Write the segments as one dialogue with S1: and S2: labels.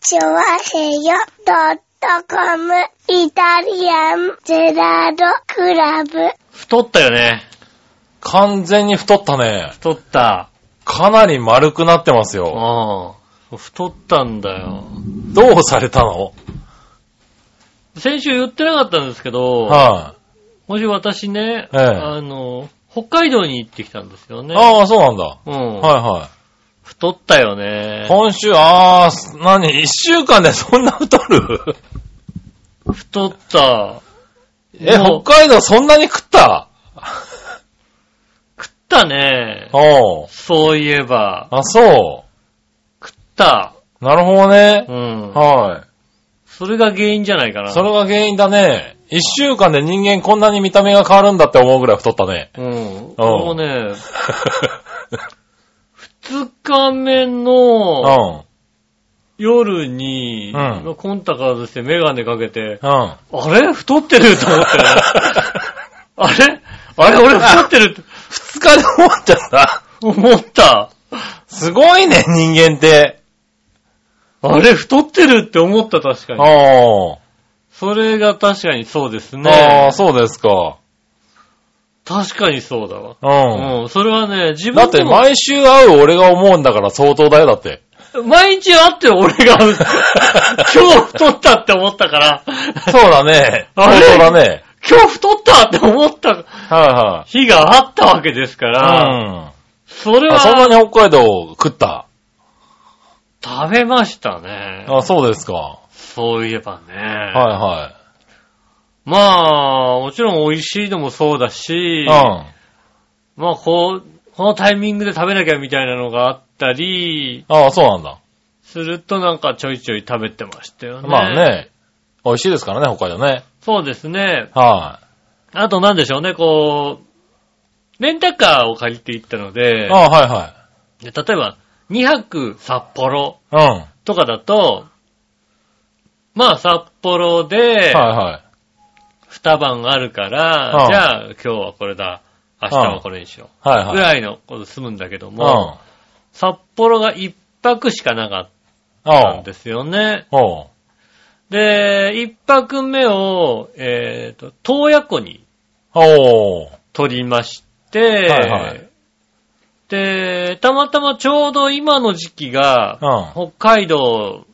S1: チョワヘヨドットコムイタリアンゼラードクラブ。
S2: 太ったよね。
S3: 完全に太ったね。
S2: 太った。
S3: かなり丸くなってますよ。
S2: うん。太ったんだよ。
S3: どうされたの
S2: 先週言ってなかったんですけど、
S3: は
S2: もし私ね、
S3: ええ
S2: あの、北海道に行ってきたんですよ
S3: い、
S2: ね。
S3: ああ、そうなんだ。
S2: うん。
S3: は
S2: 太ったよ
S3: いは
S2: ね
S3: い。。今週、ああ、す何一週間でそんな太る
S2: 太った。
S3: え、
S2: もう
S3: 北海道そんなに食った
S2: 食ったね。
S3: おう
S2: そういえば。
S3: あ、そ
S2: 食った。
S3: う。なるほどね
S2: う。ん。
S3: は
S2: それが原因じゃないか
S3: い。
S2: な。
S3: それが原因だね。一週間で人間こんなに見た目が変わるんだって思うぐらい太っ たね。
S2: うん。俺もね、二日目の夜に、
S3: うん
S2: コンタクトしてメガネかけて、
S3: うん。うん。
S2: あれ太ってると思って。 あれあれ俺太ってるって
S3: 二日で終わっちゃった。
S2: 思った。
S3: すごいね、人間って。
S2: あれ太ってるって思った確かに。
S3: あ
S2: それが確かにそうです
S3: あ。あ
S2: ね
S3: あ、。そうですか。
S2: 確かにそうだわ。
S3: うん。
S2: うん。それはね、自
S3: だっ
S2: 分
S3: て
S2: でも
S3: 毎週会う俺が思うんだから相当だよ、だって。
S2: 毎日会って俺が 今日太ったって思ったから、
S3: そうだね。
S2: あ
S3: 相
S2: れ
S3: 当だね。
S2: 今日太ったって思った
S3: は
S2: 日があったわけですか
S3: い
S2: ら、
S3: は
S2: それ
S3: い。うん。あそんな
S2: は
S3: に北海道食った。
S2: 食べましたね。
S3: あそうですか。は
S2: そういえばね。
S3: いは
S2: まあ、もちろん美味しいのもそうだし
S3: い。、う
S2: まあこう、このタイミングで食べなきゃみたいなのがあったり、
S3: ん。ああ、そうなんだ。
S2: するとなんかちょいちょい食べてましたよね。
S3: まあ。ね。美味しいですからね、北海道ね。
S2: そうですね。
S3: は
S2: あとなんでしょうね、こう、レンタカーを借りて行ったの
S3: い。
S2: で、
S3: ああ、は
S2: で例えば2泊札幌
S3: いはい。うん。
S2: とかだと、まあ札幌で
S3: はいはい。
S2: 2晩あるから、
S3: うん
S2: じゃあ今日はこれだ、明日はこれにしよ。
S3: はいうはい。
S2: ぐらいのこと済むんだけど
S3: う
S2: も、札幌が1泊しかなかっ
S3: ん。
S2: たん
S3: うん。
S2: ですよね。
S3: おう。
S2: で、1泊目を、えっ、と、洞爺湖に
S3: おう。
S2: 取りまして、
S3: はいはい
S2: で、たまたまちょうど今の時期が、
S3: う
S2: 北海道、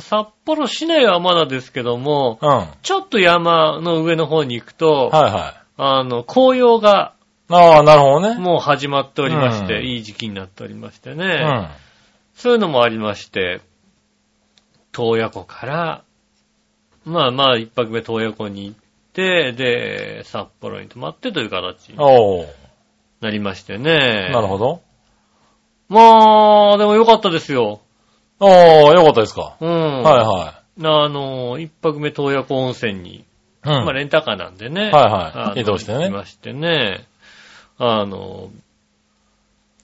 S2: 札幌市内はまだですけども、
S3: ん。うん。
S2: ちょっと山の上の方に行くと、
S3: はいはい。
S2: あの、紅葉が
S3: ああ、なるほどね。
S2: もう始まっておりまして、
S3: うん
S2: いい時期になっておりましてね、
S3: うん。
S2: そういうのもありまして、洞爺湖から、まあまあ一泊目洞爺湖に行って、で、札幌に泊まってという形に
S3: おう。
S2: なりましてね。
S3: なるほど。
S2: まあ、でも良かったですよ。
S3: おー、よかったですか。
S2: うん。
S3: はいは
S2: あの、一泊目洞爺湖温泉に、
S3: い。うん。
S2: まあレンタカーなんでね。
S3: はいはい
S2: あの
S3: 移動してね
S2: 行きましてね。あの、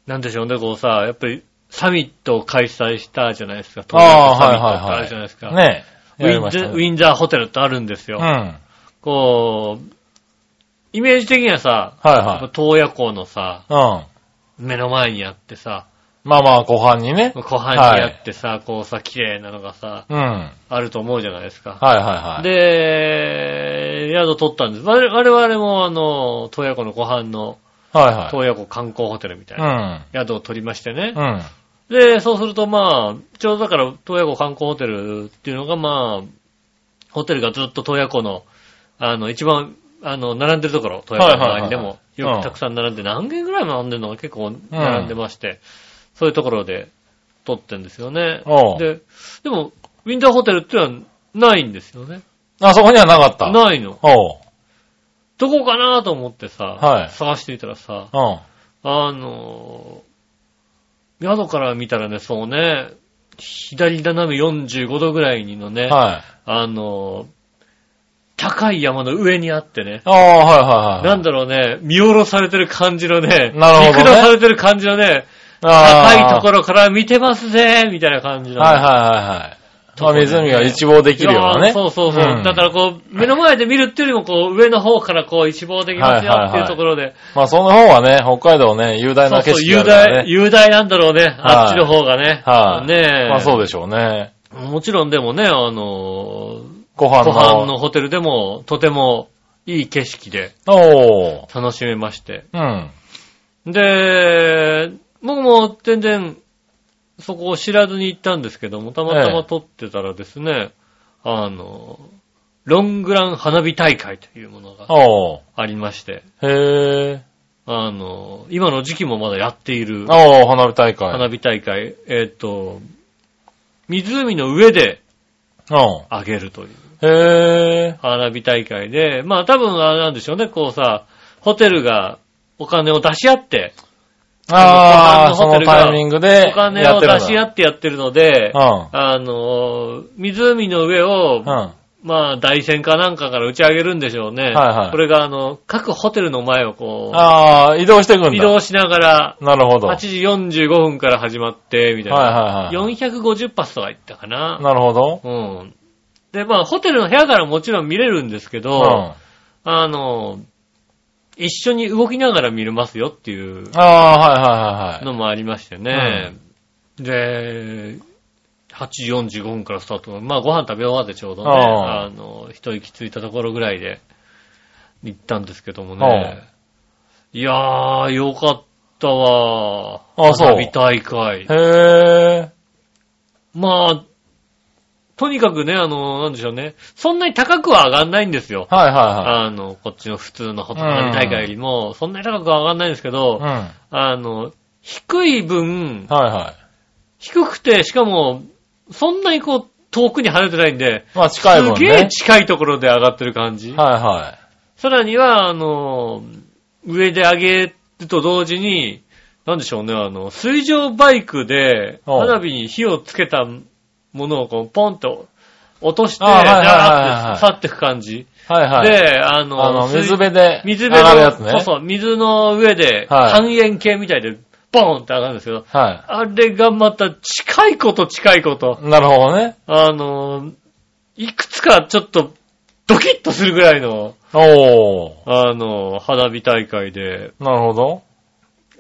S2: なんでしょうね、こうさ、やっぱりサミットを開催したじゃないですか。東
S3: あ
S2: 京
S3: あ、
S2: サ
S3: は
S2: ミットって
S3: いはい
S2: あ
S3: は
S2: る
S3: い。
S2: じゃないですか。
S3: ねえ。
S2: ウ
S3: や
S2: ィ
S3: り
S2: ン
S3: ま
S2: ザ
S3: した
S2: ウ
S3: ね
S2: ィンザーホテルってあるんですよ。
S3: うん。はい
S2: こう、イメージ的にはさ、やっぱ
S3: は
S2: 洞爺湖のさ、
S3: い。うん。
S2: 目の前にあってさ、
S3: まあまあ、後半にね。
S2: 湖畔にあってさ、こうさ、綺麗なのがさ、
S3: うん。はい
S2: あると思うじゃないですか。
S3: はいはい。
S2: で、宿取ったんです。我々我々もあの、洞爺湖の湖畔の
S3: はいはい。。
S2: 洞爺湖観光ホテルみたいうなん宿を取りましてね
S3: う。ん。
S2: で、そうするとまあ、ちょうどだから洞爺湖観光ホテルっていうのがまあ、ホテルがずっと洞爺湖の、あの、一番、あの、並んでるところ、洞爺湖の周りにで
S3: はい
S2: も、
S3: いはいはい
S2: よくたくさん並んで、何軒ぐらい並んでるの結構並んでまして、そういうところで撮ってんですよね
S3: お。う
S2: で、でも、ウィンターホテルっていうのはないんですよね。
S3: あ、そこにはなかった。
S2: ないの。
S3: おう。
S2: どこかなと思ってさ、
S3: はい
S2: 探してみたらさ、
S3: うん。
S2: あのー宿から見たらね、そうね、左斜め45度ぐらいのね、
S3: はい。
S2: あのー高い山の上にあってね、
S3: ああ、はいはいはい。
S2: なんだろうね、見下ろされてる感じのね、
S3: なるほ
S2: 見下
S3: どね
S2: されてる感じのね、
S3: あ
S2: 高い
S3: ー
S2: ところから見てますぜ、みたいな感じの。
S3: はいはいはいはい。まあ、湖が一望できるようない
S2: やー
S3: ね。
S2: そうそうそう。
S3: ん
S2: だからこう、目の前で見るっていうよりも、こう、上の方からこう、一望できますよ
S3: はいはい
S2: って
S3: はい
S2: いうところで、
S3: まあ、その方はね、北海道ね、雄大
S2: そう
S3: な
S2: そ
S3: 景
S2: う、
S3: 色が
S2: 雄
S3: あるから
S2: 大、
S3: ね。
S2: 雄大なんだろうね。あっちの方がね。
S3: はい
S2: ねえ。
S3: まあ、そうでしょうね。
S2: もちろんでもね、あの、
S3: ご飯
S2: ご
S3: の。
S2: 飯のホテルでもとてもいい景色で
S3: おー。
S2: 楽しめまして。
S3: うん。
S2: で、僕も全然そこを知らずに行ったんですけども、たまた
S3: え
S2: ま
S3: え
S2: 撮ってたらですね、あの、ロングラン花火大会というものが
S3: おー。
S2: ありまして、
S3: へー。
S2: あの、今の時期もまだやっている
S3: おー、花火大会。
S2: 花火大会、えっ、と、湖の上で
S3: う。
S2: 上げるというん
S3: へー。
S2: 花火大会で、まあ多分あれなんでしょうね、こうさ、ホテルがお金を出し合って、
S3: あ
S2: ご
S3: ー、そ
S2: 飯のホテ
S3: の
S2: ルが
S3: タイミングで。
S2: お金を出し合
S3: って
S2: ってやってるので、
S3: るんだ。
S2: あのー、湖の上を、
S3: うん。うん。
S2: まあ、台船かなんかから打ち上げるんでしょうね。
S3: はいはい
S2: これが、あの、各ホテルの前をこ
S3: あー、移動していくん
S2: う、
S3: だ。
S2: 移動しながら、
S3: なるほど。
S2: 8時45分から始まって、みたいな。
S3: はいはいはい
S2: 450発とか行ったかな。
S3: なるほど。
S2: うん。で、まあ、ホテルの部屋からもちろん見れるんですけ
S3: う
S2: ど、
S3: ん。あ
S2: あの、一緒に動きながら見れますよっていう
S3: ー、はいはいはいはい。
S2: のもありましてね。で、8時45分からスタート。まあご飯食べ終わってちょうどね、
S3: あ
S2: あの、一息ついたところぐらいで行ったんですけども
S3: あ
S2: ね。いやー、よかったわー。
S3: あそう
S2: 花火大会。
S3: へ
S2: まあ、とにかくね、あの、なんでしょうね。そんなに高くは上がんないんですよ。
S3: ー。はいは
S2: あの、こっちの普通のホテル花火大会よりも、そんなに高くは上がんないんですけ
S3: い
S2: ど、
S3: はい。
S2: あの、低い分
S3: うん。、はいはい。
S2: 低くて、しかも、そんなにこう、遠くに離れてないんで、
S3: まあ近いもんね。
S2: すげえ近いところで上がってる感じ。
S3: はいは
S2: さらには、あの、上で上げると同時に、なんでしょうね、あの、水上バイクで、
S3: おう
S2: 花火に火をつけたものをこう、ポンと落として、
S3: あ
S2: ダ
S3: はいはいはいは
S2: ーっ
S3: い
S2: て去っていく感じ。
S3: い。はいはい。、
S2: で、あの、
S3: あの、
S2: 水
S3: 水辺で、
S2: 水
S3: 上
S2: 辺
S3: が
S2: の、
S3: るやつね。
S2: そうそう、水の上で、
S3: はい
S2: 半円形みたいで、ボーンって上がるんですけど、
S3: は
S2: あれがまた近いこと近いこと、
S3: い。なるほどね。
S2: あの、いくつかちょっとドキッとするぐらいの、
S3: おー。
S2: あの、花火大会で、
S3: なるほど。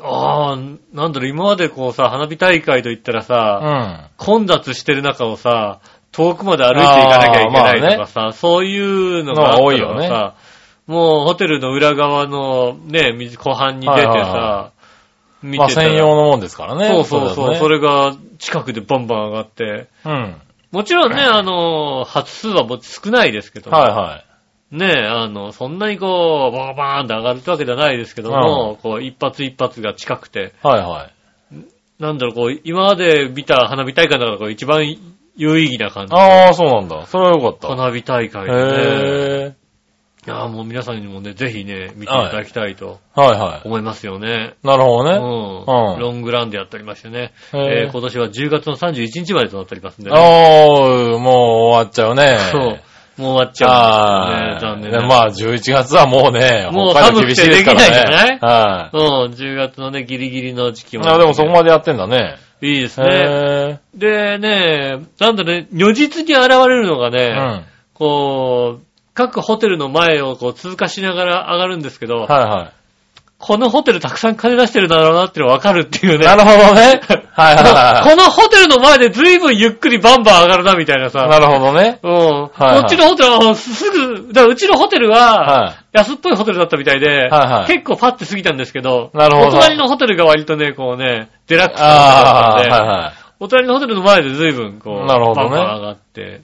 S2: ああ、なんだろう、今までこうさ、花火大会といったら
S3: うん。
S2: さ、
S3: は
S2: 混雑してる中をさ、遠くまで歩いていかなきゃいけないとかさ、そういうのがあったのがさ、
S3: のが多いよね
S2: もうホテルの裏側のね、水湖畔に出てさ、
S3: はいはいは
S2: 見
S3: まあ
S2: てたら
S3: 専用のもんですからね。
S2: そうそうそう、そ
S3: れ。
S2: れが近くでバンバン上がって、
S3: うん。はい
S2: もちろんね、あの、発数はもう少ないですけど、
S3: はい。
S2: ねえ、あの、そんなにこう、バーバーンって上がるってわけじゃないですけども、こう、一発一発が近くて、
S3: はいはい。
S2: なんだろう、こう、今まで見た花火大会の中でこう一番有意義な感じ。
S3: ああ、そうなんだ。それはよかっ
S2: 花火大
S3: た。
S2: 会でね。
S3: へえ。
S2: いやあもう皆さんにもね、ぜひね、見ていただきたいと
S3: はいはい。
S2: 思いますよね。
S3: なる
S2: う
S3: ほど
S2: ん。
S3: ね。うん
S2: ロングランでやっておりましてね。
S3: へ
S2: えー今年は10月の31日までとなっておりますんで、ね。
S3: おー、もう終わっちゃうね。
S2: そう。もう終わっちゃ
S3: あ
S2: う
S3: あ、
S2: んですよね。残念
S3: で
S2: ながら
S3: まあ、11月はもうね、
S2: もう
S3: 北海道厳しいですからね。
S2: 寒くてできないんじゃ
S3: は
S2: うん、10月のね、ギリギリの時期
S3: い。
S2: ま
S3: あでもそこ
S2: で。
S3: までやってんだね。
S2: いいですね。
S3: へ
S2: でね、なんだね、如実に現れるのがね
S3: え。う、ん。はい
S2: こう、各ホテルの前をこう通過しながら上がるんですけど、
S3: は
S2: このホテルたくさん金出してるだろうなっていうのわかるっていう
S3: い。
S2: ね。
S3: なるほ どね。はいはいは
S2: このホテルの前で随分ゆっくりバンバン上がるなみたいなさ。
S3: い。なるほどね。
S2: うん。
S3: はい
S2: こっちのホテルはすぐ、だからうちのホテルは、
S3: は
S2: 安っぽいホテルだったみたいで、
S3: はい
S2: 結構パッて過ぎたんですけど、
S3: なるほど
S2: お隣のホテルが割とね、こうね、デラッ
S3: い。
S2: クスな
S3: ああ
S2: ホテ
S3: ー、
S2: ルだったんで、
S3: は
S2: お隣のホテルの前で随分こう、
S3: なるほど
S2: バン
S3: ね
S2: バン上がって、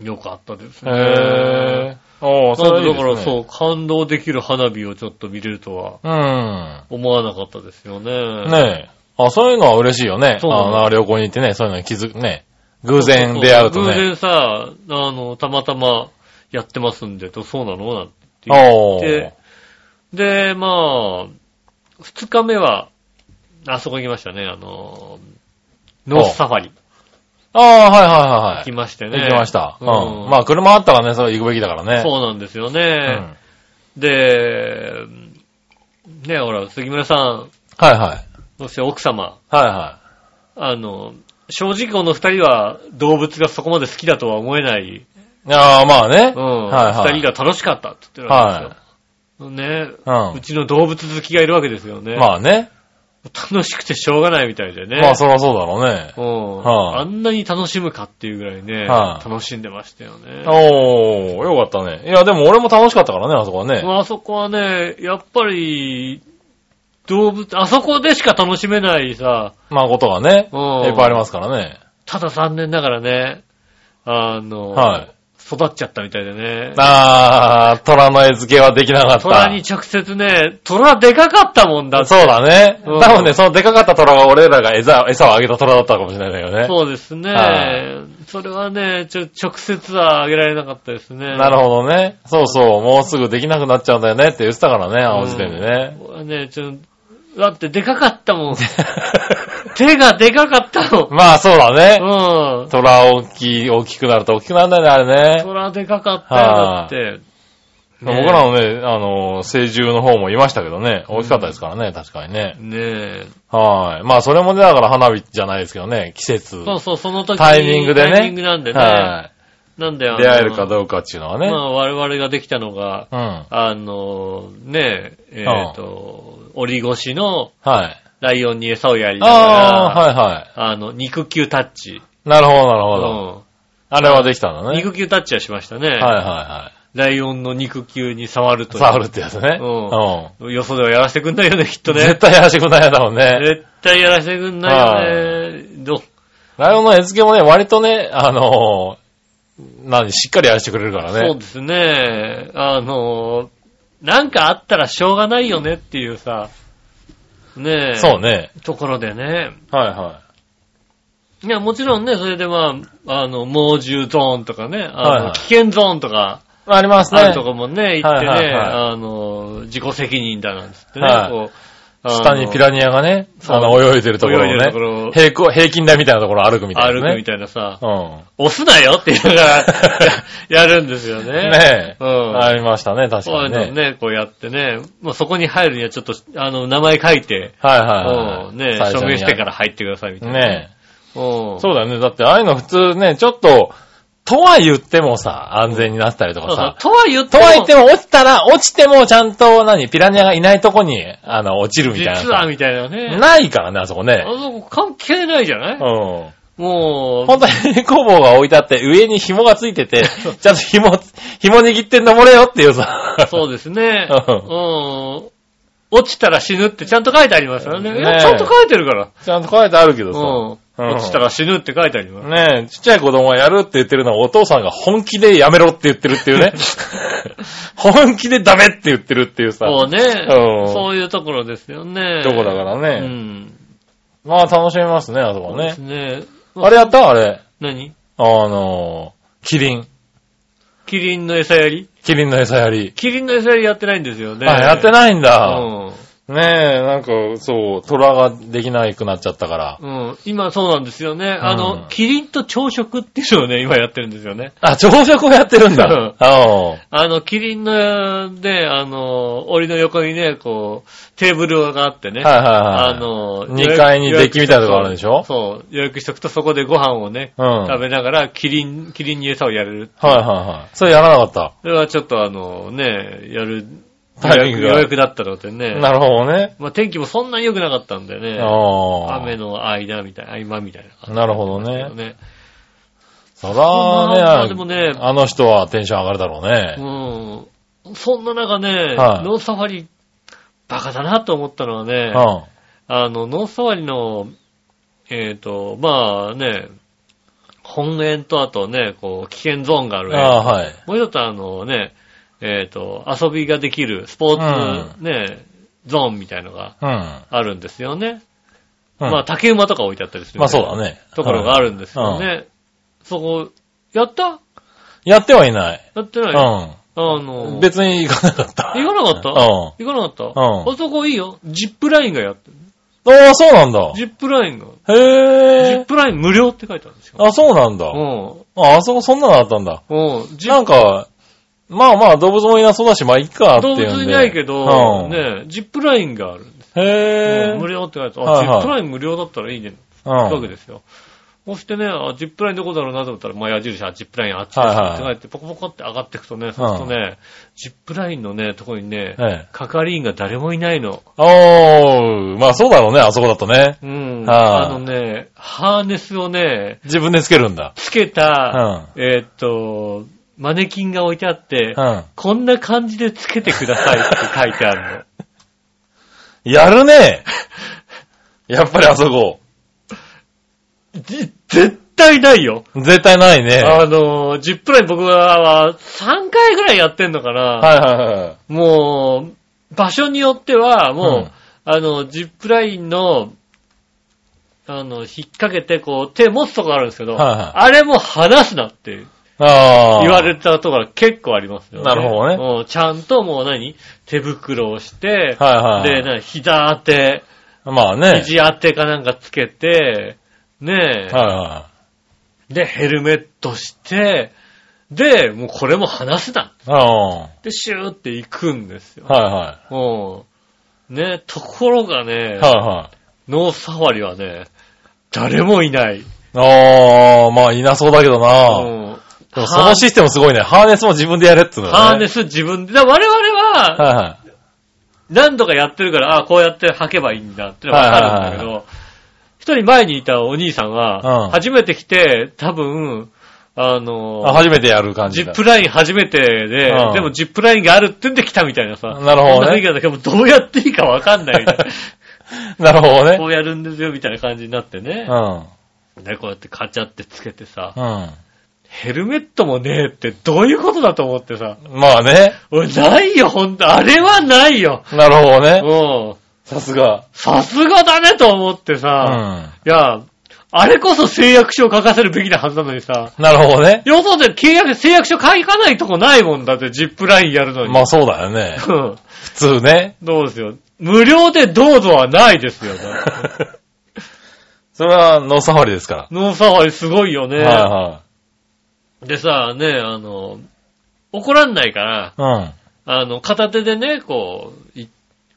S2: よかったです
S3: い
S2: ね。
S3: はい。へえ。おー、そ
S2: なん
S3: れ
S2: で
S3: いい
S2: だ
S3: で
S2: か
S3: す
S2: ら
S3: ね
S2: そう、感動できる花火をちょっと見れるとは
S3: うん。
S2: 思わなかったですよね。
S3: ねえ。あ、そういうのは嬉しいよね。
S2: そうだね
S3: あの旅行に行ってね、そういうのに気づくね。偶然出会うと
S2: 偶
S3: ね。
S2: 然さ、あの、たまたまやってますんで、とそうなのなんて言っ
S3: おー
S2: て。、で、まあ、二日目は、あそこ行きましたね、あの、ノースサファリ
S3: ああ、はいはいはいは
S2: 行
S3: い
S2: き。ましてね。
S3: 行きました。うん
S2: うん。。
S3: まあ、車あったらね、それ行くべきだからね。
S2: そうなんですよ
S3: う
S2: ね。
S3: ん。
S2: で、ね、ほら、杉村さん、
S3: はいはい。
S2: そして奥様、
S3: はいは
S2: あの、正直この二人は動物がそこまで好きだとは思えない、
S3: い。ああ、まあね。
S2: うん、
S3: はいはい。
S2: 二人が楽しかったって言ってるわけですよ。ね、
S3: うん
S2: うちの動物好きがいるわけですよね。
S3: まあね。
S2: 楽しくてしょうがないみたいでね。
S3: まあ、そりゃそうだろうね。
S2: うん、
S3: はい
S2: あんなに楽しむかっていうぐらいね、
S3: はい
S2: 楽しんでましたよね。
S3: おー、よかったね。いや、でも俺も楽しかったからね、あそこはね。
S2: まああそこはね、やっぱり、動物、あそこでしか楽しめないさ、
S3: まあ、ことがね、
S2: うん
S3: いっぱいありますからね。
S2: ただ残念ながらね、あの、
S3: はい。
S2: 育っちゃったみたいでね。
S3: あー、虎の絵付けはできなかった。
S2: 虎に直接ね、虎でかかったもんだって。
S3: そうだね。
S2: うん
S3: 多分ね、そのでかかった虎が俺らが餌餌をあげた虎だったかもしれないんだけどね。
S2: そうですね
S3: は。
S2: それはね、ちょ、直接はあげられなかったですね。
S3: なるほどね。そうそう、もうすぐできなくなっちゃうんだよねって言ってたからね、あの時点でね。
S2: これはね、ちょ、だってでかかったもん。 手がでかかったもん。
S3: まあそうだね。
S2: うん。
S3: 虎大きい、大きくなると大きくなるんだよね、あれね。
S2: 虎でかかったよ、だって。
S3: 僕
S2: ね
S3: らのね、あの、成獣の方もいましたけどね、大きかったですからね、確かにね。
S2: ねえ。
S3: はい。まあそれもね、だから花火じゃないですけどね、季節。
S2: そうそう、その時に
S3: タイミングでね。
S2: タイミングなんでね。
S3: は
S2: なんで、あの
S3: い。出会えるかどうかっていうのはね。
S2: まあ、我々ができたのが、
S3: うん。
S2: あの、ねえ、えっ、と、折り越しの
S3: はい。
S2: ライオンに餌をやりながら、
S3: ああ、はいは
S2: あの、肉球タッチ。
S3: い。なるほど、なるほど。
S2: う
S3: あれはできたんだ
S2: ん。
S3: ね。
S2: 肉球タッチはしましたね。
S3: はいは
S2: ライオンの肉球に触る
S3: いは
S2: と
S3: い。
S2: いう。
S3: 触るってやつね。
S2: う
S3: うん。
S2: よそではやらせてくんないよね、きっと
S3: 絶
S2: ね。
S3: 対やらせてくれないやだもんね。
S2: 絶対やらせてくんないよね。どう
S3: ライオンの絵付けもね、割とね、あのー、何、しっかりやらせてくれるから
S2: そう
S3: ね。
S2: ですね。あの、なんかあったらしょうがないよねっていうさ、ねえ、
S3: そうね。
S2: ところでね。
S3: はいはい
S2: や、もちろんね、それでまあ、あの、猛獣ゾーンとかね、あの
S3: はいはい
S2: 危険ゾーンとか、
S3: い。ありますね
S2: ある。とこもね、行ってね、
S3: はいはいはい
S2: あの、自己責任だなんつってね、
S3: はい
S2: こう、
S3: 下にピラニアがね、
S2: そう
S3: あの、泳いでるところを
S2: 泳いでるところ
S3: ね
S2: を、
S3: 平行、平均台みたいなところを歩くみたい
S2: 歩
S3: な、ね。
S2: くみたいなさ、
S3: うん。
S2: 押すなよって言いなが らやるんですよね。
S3: ねえ。
S2: うん
S3: ありましたね、確
S2: そうい
S3: か
S2: う
S3: に
S2: の
S3: ね。
S2: ね、こうやってね、まあ、そこに入るにはちょっと、あの、名前書いて、
S3: はいはいは
S2: う
S3: い。
S2: んね、
S3: 最
S2: 署
S3: 初に
S2: 名してから入ってくださいみたいな。
S3: ねえ。
S2: うん。
S3: そうだよね。だって、ああいうの普通ね、ちょっと、とは言ってもさ、安全になったりと
S2: そ
S3: か
S2: うそう
S3: さ。
S2: とは言って
S3: と
S2: も、
S3: は言っても落ちたら、落ちてもちゃんと、何、ピラニアがいないとこに、あの、落ちるみたいなさ。
S2: 実はみたいなね。
S3: ないからね、あそこ
S2: あ
S3: ね。
S2: そこ関係ないじゃな
S3: う
S2: い、
S3: ん。
S2: もう
S3: 本、当に工房が置いてあって、上に紐がついて て、ちゃんと紐、紐握って登れよっていうさ。
S2: そうですね。
S3: う
S2: うん。落ちたら死ぬってちゃんと書いてありますからね。
S3: ね
S2: いやちゃんと書いてるから。
S3: ちゃんと書いてあるけ
S2: う
S3: ど
S2: ん。
S3: さ。うん
S2: 落ちたら死ぬって書いてあります。
S3: ねえ、ちっちゃい子供がやるって言ってるのはお父さんが本気でやめろって言ってるっていう ね。本気でダメって言ってるっていうさ。
S2: そうね、
S3: うん
S2: そういうところですよね。
S3: とこだから
S2: う
S3: ね。
S2: ん。
S3: まあ楽しめますね、あそこ
S2: そう
S3: ね
S2: で。すね。
S3: あれやったあれ。
S2: 何
S3: あのー、キリン。
S2: キリンの餌やり
S3: キリンの餌やり。
S2: キリンの餌やりやってないんですよね。
S3: あ、やって
S2: い
S3: ないんだ。
S2: うん。
S3: ねえ、なんか、そう、虎ができなくなっちゃったから。
S2: うん。今そうなんですよね。あの、
S3: うん
S2: キリンと朝食っていうのをね、今やってるんですよね。
S3: あ、朝食をやってるんだ。
S2: う
S3: うんん。
S2: あの、キリンの、で、あの、檻の横にね、こう、テーブルがあってね。
S3: はいはいはい。
S2: あの、
S3: 二階にデッキみたいなとこあるんでしょ
S2: そう。予約しとくとそこでご飯をね、
S3: うん
S2: 食べながら、キリン、キリンに餌をやれる。
S3: はいはいはい。それやらなかった。
S2: それはちょっとあの、ね、やる、予
S3: タイミ
S2: 約
S3: ング
S2: 予
S3: が
S2: 約だったのでね。
S3: なるほどね。
S2: まあ天気もそんなに良くなかったんでね。
S3: ああ。
S2: 雨の間みたいな、合間みたいな感
S3: なるほど
S2: じだよ
S3: ね。
S2: ね。
S3: そ
S2: まあ
S3: ら
S2: でもね、
S3: ね、あの人はテンション上がるだろうね。
S2: うん。そんな中ね、
S3: はい
S2: ノースサファリ、バカだなと思ったのはね
S3: う、ん。
S2: あの、ノースサファリの、えっ、と、まあね、本園とあとね、こう、危険ゾーンがある
S3: あ
S2: 園。
S3: あ、はい。
S2: もう一つあのね、えっ、と、遊びができるスポーツね、ゾーンみたいのが
S3: うん。
S2: あるんですよね。
S3: うん
S2: まあ、竹馬とか置いてあったりする。
S3: まあそうだ。ね。
S2: ところがあ
S3: る。
S2: るんですよね。そこ、やった
S3: やってはいない。
S2: やってな
S3: う
S2: い、
S3: ん。
S2: あの、
S3: 別に行かなかった。
S2: 行かなかった
S3: うん。
S2: 行かなかった、
S3: うん
S2: あそこいいよ。ジップラインがやってる。
S3: ああ、そうなんだ。
S2: ジップラインが。ジ
S3: へ
S2: ッ
S3: え。
S2: プライン無料って書いてあるんですよ。
S3: あ、そうなんだ。
S2: う
S3: あ、あそこそんなのあったんだ。
S2: ん。うん。ジッ
S3: なんか、まあまあ動物もいなそうだし、まあいっかって
S2: 動
S3: いうんで。
S2: 物いないけ
S3: う
S2: ど、
S3: ん、
S2: ね、ジップラインがあるんです。
S3: へぇ
S2: 無
S3: ー。
S2: 料って書いてある。
S3: は
S2: あ、
S3: い
S2: ジ
S3: はい
S2: ップライン無料だったらいいね。
S3: う
S2: わけ
S3: ん。
S2: ですよ。押してね、あ、ジップラインどこだろうなと思ったら、まあ、矢印、あ、ジップラインあっちです
S3: はいはい
S2: って書いて、ポコポコって上がっていくとね、そうするとね、ジップラインのね、とこにね、
S3: ええ。
S2: 係員が誰もいないの。
S3: おー、まあそうだろうね、あそこだとね。
S2: うん。
S3: は
S2: あ
S3: あ
S2: のね、ハーネスをね、
S3: 自分でつけるんだ。
S2: つけ
S3: う
S2: た、
S3: ん。
S2: えーっと、マネキンが置いてあって、
S3: うん。
S2: こんな感じでつけてください って書いてあるの。
S3: や るねやっぱりあそこ。
S2: じ絶対ないよ。
S3: 絶対ないね。はい
S2: あの、ジップライン僕は3回ぐらいやってんのかな。
S3: はいはい。
S2: もう、場所によっては、もう、
S3: うん
S2: あの、ジップラインの、あの、引っ掛けて、こう、手持つとこあるんですけど、
S3: はいはい
S2: あれも離すなって
S3: ああ。
S2: 言われたところが結構ありますよね。
S3: なるほどね
S2: もうちゃんともう何手袋をして、
S3: はいはい。
S2: で、何膝当て、
S3: まあね。
S2: 肘当てかなんかつけて、ねえ、
S3: はいは
S2: で、ヘルメットして、で、もうこれも離すなっ
S3: い。うん。
S2: て、シューって行くんですよ。
S3: はいは
S2: うん。ね、ところがね、
S3: い。はいはい。
S2: ノースサファリはね、誰もいない。
S3: ああ、まあいなそうだけど
S2: う
S3: な。
S2: ん
S3: でもそのシステムすごいね。ハーネスも自分でやれってのはね。
S2: ハーネス自分で、だから我々は、
S3: はいはい。
S2: 何度かやってるから、ああ、こうやって履けばいいんだってのはわかるんだけ
S3: はい
S2: ど、一人前にいたお兄さん
S3: う
S2: は
S3: ん、
S2: 初めて来て、多分、あの
S3: あ、初めてやる感
S2: ジ
S3: じ
S2: ッ
S3: だ。
S2: プライン初めてで、
S3: うん
S2: でもジップラインがあるってんで来たみたいなさ。
S3: なるほどね
S2: そんな雰囲気なんだけど、どうやっていいかわかんないみ たいな。
S3: なるほど
S2: こ
S3: ね。
S2: うやるんですよみたいな感じになってね
S3: う。ん。
S2: で、こうやってカチャってつけてさ、
S3: うん。
S2: ヘルメットもねえってどういうことだと思ってさ。
S3: まあね。
S2: 俺、ないよ、ほんと。あれはないよ。
S3: なるほどね。
S2: うん。
S3: さすが。
S2: さすがだねと思って
S3: う
S2: さ、
S3: ん。
S2: いや、あれこそ誓約書を書かせるべきなはずなのにさ、
S3: なるほどね。
S2: よそで契約、誓約書書かないとこないもんだって、ジップラインやるのに。
S3: まあそうだよね。
S2: うん
S3: 普通ね。
S2: どうですよ。無料でどうぞはないです よ。
S3: それはノーサファリですか
S2: ノーサファリすごいよね。
S3: ら。は
S2: でさ、ね、あの、怒らんないから、
S3: いはい。
S2: あの、片手でね、こう、い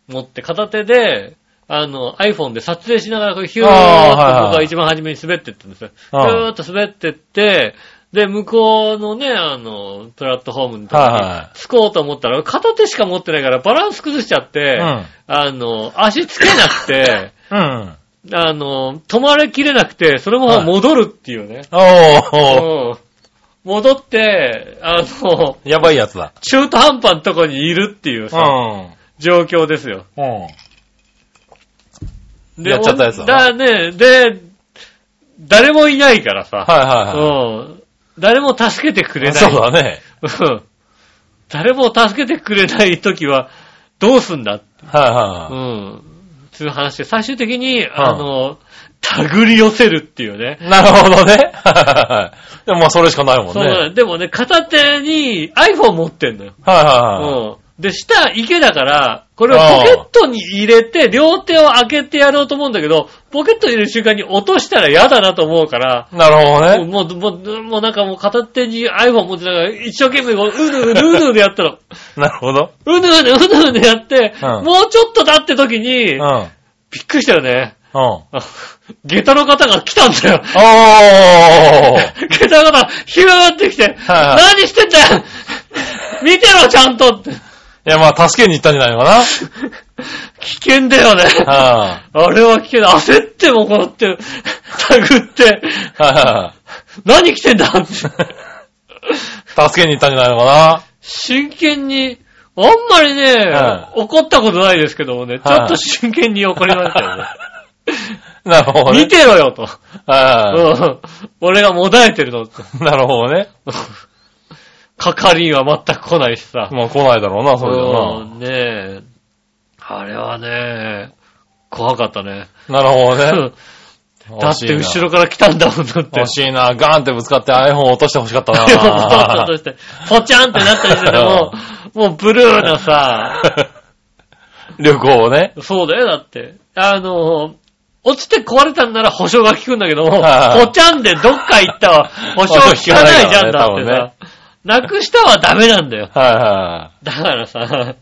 S2: 持って、片手で、あの、iPhone で撮影しながら、こうヒューッと
S3: あーはいはい
S2: 僕は一番初めに滑ってってんですよ。ヒ
S3: あー
S2: ューッと滑ってって、で、向こうのね、あの、プラットフォームのとこ
S3: はい
S2: に
S3: は、
S2: つこうと思ったら、片手しか持ってないから、バランス崩しちゃって、
S3: うん
S2: あの、足つけなくて、
S3: うん。うん。
S2: あの、止まれきれなくて、そのまま戻るっていうね。
S3: おー。
S2: うん戻って、あの、
S3: やばいやつだ。
S2: 中途半端なとこにいるっていう
S3: う
S2: さ、
S3: ん。
S2: 状況ですよ。
S3: うん。
S2: で
S3: やっちゃったやつだ
S2: だ
S3: な
S2: ね、で、誰もいないからさ、
S3: はいはいは
S2: うん、誰も助けてくれ
S3: い。
S2: ない。
S3: そうだね。
S2: うん誰も助けてくれないときは、どうすんだ
S3: はいはいうはい。
S2: ん。つう話で、最終的に、あの、手繰り寄せるっていうね。
S3: なるほどね。はいはい はい。でもまあそれしかないもん
S2: そ
S3: ね。
S2: う
S3: はい
S2: だねでもね、片手に iPhone 持ってんのよ。
S3: はいはい。
S2: うん。で、下、池だから、これをポケットに入れて、両手を開けてやろうと思うんだけど、ポケットに入れる瞬間に落としたら嫌だなと思うから、
S3: なるほどね。
S2: もう、もう、もうなんかもう片手に iPhone 持ってなんか一生懸命こう、うぬうぬうぬうでやったの。
S3: なるほど。
S2: うぬうぬうぬうでやって、
S3: うん
S2: もうちょっとだって時に、
S3: うん。うん。
S2: びっくりしたよね。
S3: お
S2: あ下駄の方が来たんだよ。
S3: ー。は
S2: 下駄の方がヒューって来て、
S3: はい
S2: 何してんだよ見てろちゃんと って。
S3: いやまあ助けに行ったんじゃないのかな。
S2: 危険だよね。
S3: は
S2: あれは危険だ。焦ってもこうや って、探って、
S3: いは
S2: 何来てんだって。
S3: いはい。助けに行ったんじゃないのかな。
S2: 真剣に、あんまりね、
S3: は
S2: 怒ったことないですけどもね、ち
S3: はい
S2: ょっと真剣に怒りましたよ ね。
S3: なるほどね。
S2: 見てろよと。
S3: はいは
S2: うん俺がもだえてるのって。
S3: い。なるほどね。
S2: 係員は全く来ないしさ。
S3: まあ来ないだろうな、それ
S2: う
S3: は
S2: ん、ねえ。あれはね、怖かったね。
S3: な。なるほどね。
S2: だ
S3: 惜
S2: っ
S3: していな
S2: 後ろから来たんだもんだって
S3: 惜。しいな。ガーンってぶつかって iPhone 落としてほしかった
S2: ポチャ
S3: な
S2: ン。として、ポチャンってなったりしてても、 もうブルーなさ、
S3: 旅行をね。
S2: そうだよ、だって。あの、落ちて壊れたんなら保証が効くんだけども、
S3: はい
S2: ポチャンでどっか行ったわ、保証効かないじゃんだってさ。なくしたはダメなんだよ。
S3: はいは
S2: だからさ、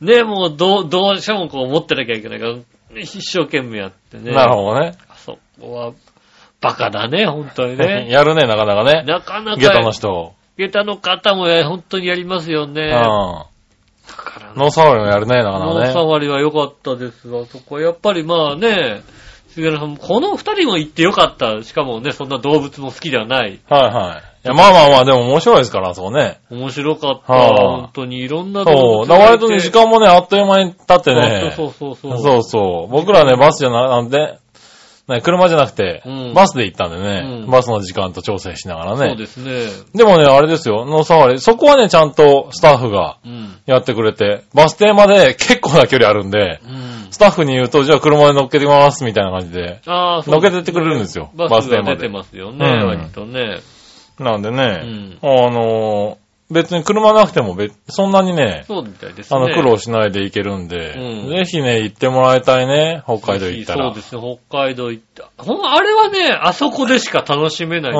S2: ね、もうどう、どうしてもこう持ってなきゃいけないから、一生懸命やって
S3: い。
S2: ね。
S3: なるほどね。
S2: そこは、バカだね、本当に ね。
S3: やるね、なかなかね。
S2: なかなか、
S3: ゲタの人。
S2: 下駄の方もね本当にやりますよ
S3: う
S2: ね。
S3: ん。
S2: だ
S3: ノ
S2: から
S3: ーサワリもやるね、なか
S2: ノ
S3: な
S2: ーサ
S3: かね。
S2: ワリは良かったですわ、そこは。やっぱりまあね、杉原さんも、この二人も行って良かった。しかもね、そんな動物も好きではない。
S3: はいはい。いや、まあまあまあ、でも面白いですから、あそこね。
S2: 面白かった。
S3: はあ
S2: 本当にいろんな
S3: そう。だ
S2: が
S3: か
S2: い
S3: ら
S2: て
S3: 割とね、時間もね、あっという間に経ってね。
S2: そうそうそうそう。
S3: そうそう。僕らね、バスじゃな、なんで、ね、車じゃなくて、
S2: うん
S3: バスで行ったんでね、
S2: うん
S3: バスの時間と調整しながらね。
S2: そうですね。
S3: でもね、あれですよ、ノーサワリ。そこはね、ちゃんとスタッフが
S2: うん。
S3: やってくれて、バス停まで結構な距離あるんで、
S2: うん。
S3: スタッフに言うと、じゃあ車で乗っけてきます、みたいな感じで、
S2: ああ、そ
S3: 乗
S2: う
S3: っけてってくれるんですよ、
S2: バ
S3: バ
S2: ス
S3: ス
S2: が
S3: 停
S2: 出
S3: ま
S2: て
S3: で。
S2: ますよね、
S3: うん
S2: 割とね。
S3: なんでね、あのー、別に車なくても別、そんなにね、
S2: そうみたいですね。
S3: あの、苦労しないで行けるんで、
S2: うん
S3: ぜひね、行ってもらいたいね、北海道行ったら。
S2: そうですね、北海道行った。ほん、あれはね、あそこでしか楽しめない。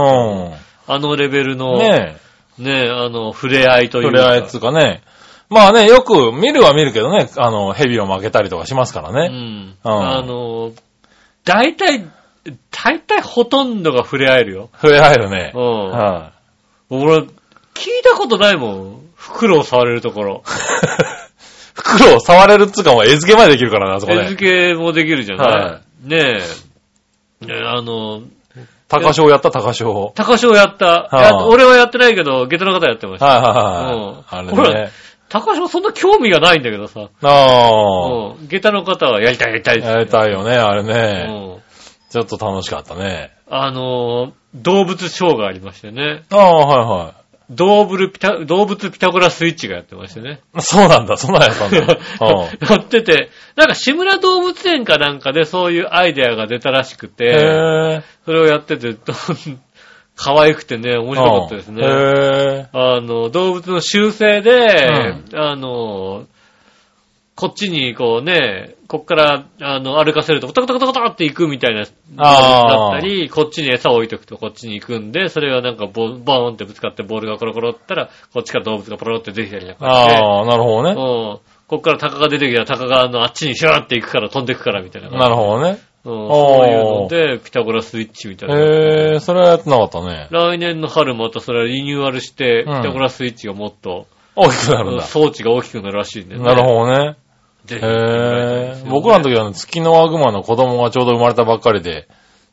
S2: あのレベル
S3: う
S2: の、
S3: ん。
S2: ね
S3: ねえ。
S2: あの、触れ合いという
S3: と
S2: か。
S3: りあえずかね。まあね、よく見るは見るけどね、あの、ヘビを負けたりとかしますから
S2: う
S3: ね。
S2: ん。
S3: うん
S2: あの、大体、大体ほとんどが触れ合えるよ。
S3: 触れ合えるね
S2: う。ん。
S3: は
S2: 俺、聞いたことないもん。袋を触れるところ。
S3: い。袋を触れるっつうかもう、絵付けまでできるからな、あそこ
S2: 手
S3: で。
S2: 付けもできるじゃない、
S3: は
S2: ねえ。ねえあの、
S3: 高潮やった、高潮。
S2: 高潮やった、
S3: あ
S2: や俺はやってないけど、ゲトの方やってました。
S3: はいはいはい。
S2: うん
S3: あれね。
S2: 高潮そんな興味がないんだけどさ。
S3: ああ。
S2: うん。下駄の方はやりたいやりたいっつって
S3: やりたいよね、あれね。
S2: うん。
S3: ちょっと楽しかったね。
S2: あのー、動物ショーがありましてね。
S3: ああ、はいはい。
S2: 動物ピタ、動物ピタゴラスイッチがやってましてね。
S3: そうなんだ、そんなんやった んだ。うん
S2: やってて、なんか志村動物園かなんかでそういうアイデアが出たらしくて、
S3: へぇ
S2: それをやってて、 ど可愛くてね、面白かったですね。
S3: へ
S2: あの、動物の習性で、あの、こっちにこうね、こっから、あの、歩かせると、コタコタコタコタって行くみたいな、
S3: あー
S2: だったり、こっちに餌を置いとくとこっちに行くんで、それがなんかボ、ボーンってぶつかってボールがコロコロったら、こっちから動物がポロって出てきたりなん
S3: ー。
S2: かして、
S3: ああ、なる
S2: う
S3: ほど
S2: ん
S3: ね。
S2: こっから鷹が出てきたら、鷹があの、あっちにシュワーって行くから飛んでくからみたいな。
S3: なるほどね。
S2: うん
S3: あー
S2: そういうので、ピタゴラスイッチみたいな。
S3: へぇー、それはやってなかったね。
S2: 来年の春またそれはリニューアルして、
S3: うん
S2: ピタゴラスイッチがもっと、
S3: 大きくなるんだ。
S2: 装置が大きくなるらしいんでね。
S3: なるほどね。
S2: ぜひ。
S3: へぇー。僕らの時はね月のワグマの子供がちょうど生まれたばっかりで、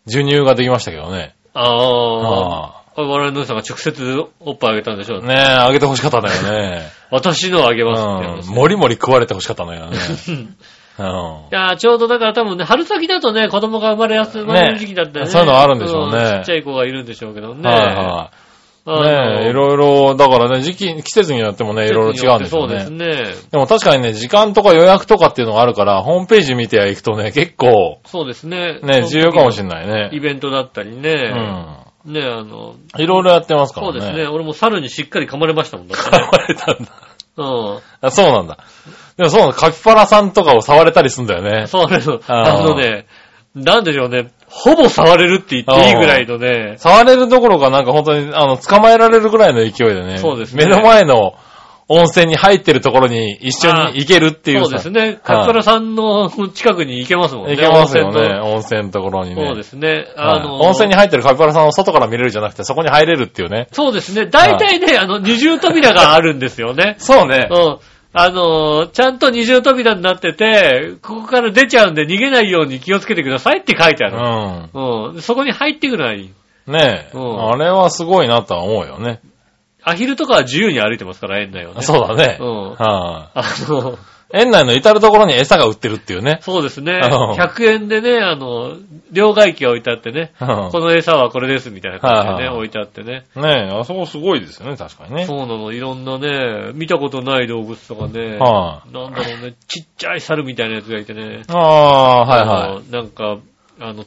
S3: 授乳ができましたけどね。
S2: ああ。
S3: あ
S2: これ我々のさんが直接おっぱいあげたんでしょ
S3: あ。
S2: うね。
S3: ねえ、あげてほしかったんだよ ね。
S2: 私のあげますって
S3: う
S2: 話
S3: ん。もりもり食われてほしかったんだけどね。
S2: うん
S3: うん
S2: い。やーちょうどだから多分ね、春先だとね、子供が生まれやすい、生まれる時期だったよね。
S3: そういうのあるんでしょうね
S2: んちっちゃい子がいるんでしょうけどね。
S3: はいは
S2: あ
S3: い。
S2: の
S3: ねえ、いろいろ、だからね、時期、季節によってもね、いろいろ違うんです
S2: そ
S3: よね。
S2: うですね。
S3: でも確かにね、時間とか予約とかっていうのがあるから、ホームページ見て行くとね、結構、
S2: そうですね。
S3: ね、重要かもし
S2: れ
S3: れない
S2: イ
S3: ね。
S2: ベントだったり
S3: う
S2: ね。
S3: ん。
S2: ね、あの、
S3: いろいろやってますか
S2: そ
S3: ら
S2: う
S3: ね。
S2: ですね。。俺も猿にしっかり噛まれましたもんだってね。
S3: 触れたんだ。
S2: うん。
S3: あ そうなんだ。でもそうなんだ。カピバラさんとかを触れたりすんだよね。
S2: そうなの。あ
S3: あー
S2: のね、なんでしょうね、ほぼ触れるって言っていいぐらいのね、
S3: 触れるどころかなんか本当に、あの、捕まえられるぐらいの勢いでね。
S2: そうですね
S3: 目の前の温泉に入ってるところに一緒に行けるってい
S2: そ
S3: う
S2: う
S3: さ
S2: ですね、カピバラさんの近くに行けますもんね。
S3: 行けますよ
S2: 温泉
S3: ね。
S2: の
S3: 温泉のところにね。
S2: そうですね、
S3: はい
S2: あの、
S3: 温泉に入ってるカピバラさんを外から見れるじゃなくて、そこに入れるっていうね。。
S2: そうですね、大体ね、あの、二重扉があるんですよね
S3: そうね
S2: うん。あの、ちゃんと二重扉になってて、ここから出ちゃうんで逃げないように気をつけてくださいって書いてある。
S3: う
S2: うん。そこに入ってくらい。
S3: ん。ね
S2: う
S3: え。
S2: ん
S3: あれはすごいなとは思うよね。
S2: アヒルとかは自由に歩いてますから、園内をね。
S3: そうだね。
S2: うん
S3: は
S2: あの、
S3: い。園内の至るところに餌が売ってるっていうね。
S2: そうですね。
S3: うん
S2: 100円でね、あの、両替機が置いてあってね、
S3: うん
S2: この餌はこれですみたいな感じでね、
S3: はいはい
S2: 置いてあってね。
S3: ねえ、あそこすごいですよね、確かにね。
S2: そうなの、いろんなね、見たことない動物とかね、
S3: は
S2: なんだろうね、ちっちゃい猿みたいなやつがいてね、
S3: い。ああ、はいはい
S2: あのなんか、あの、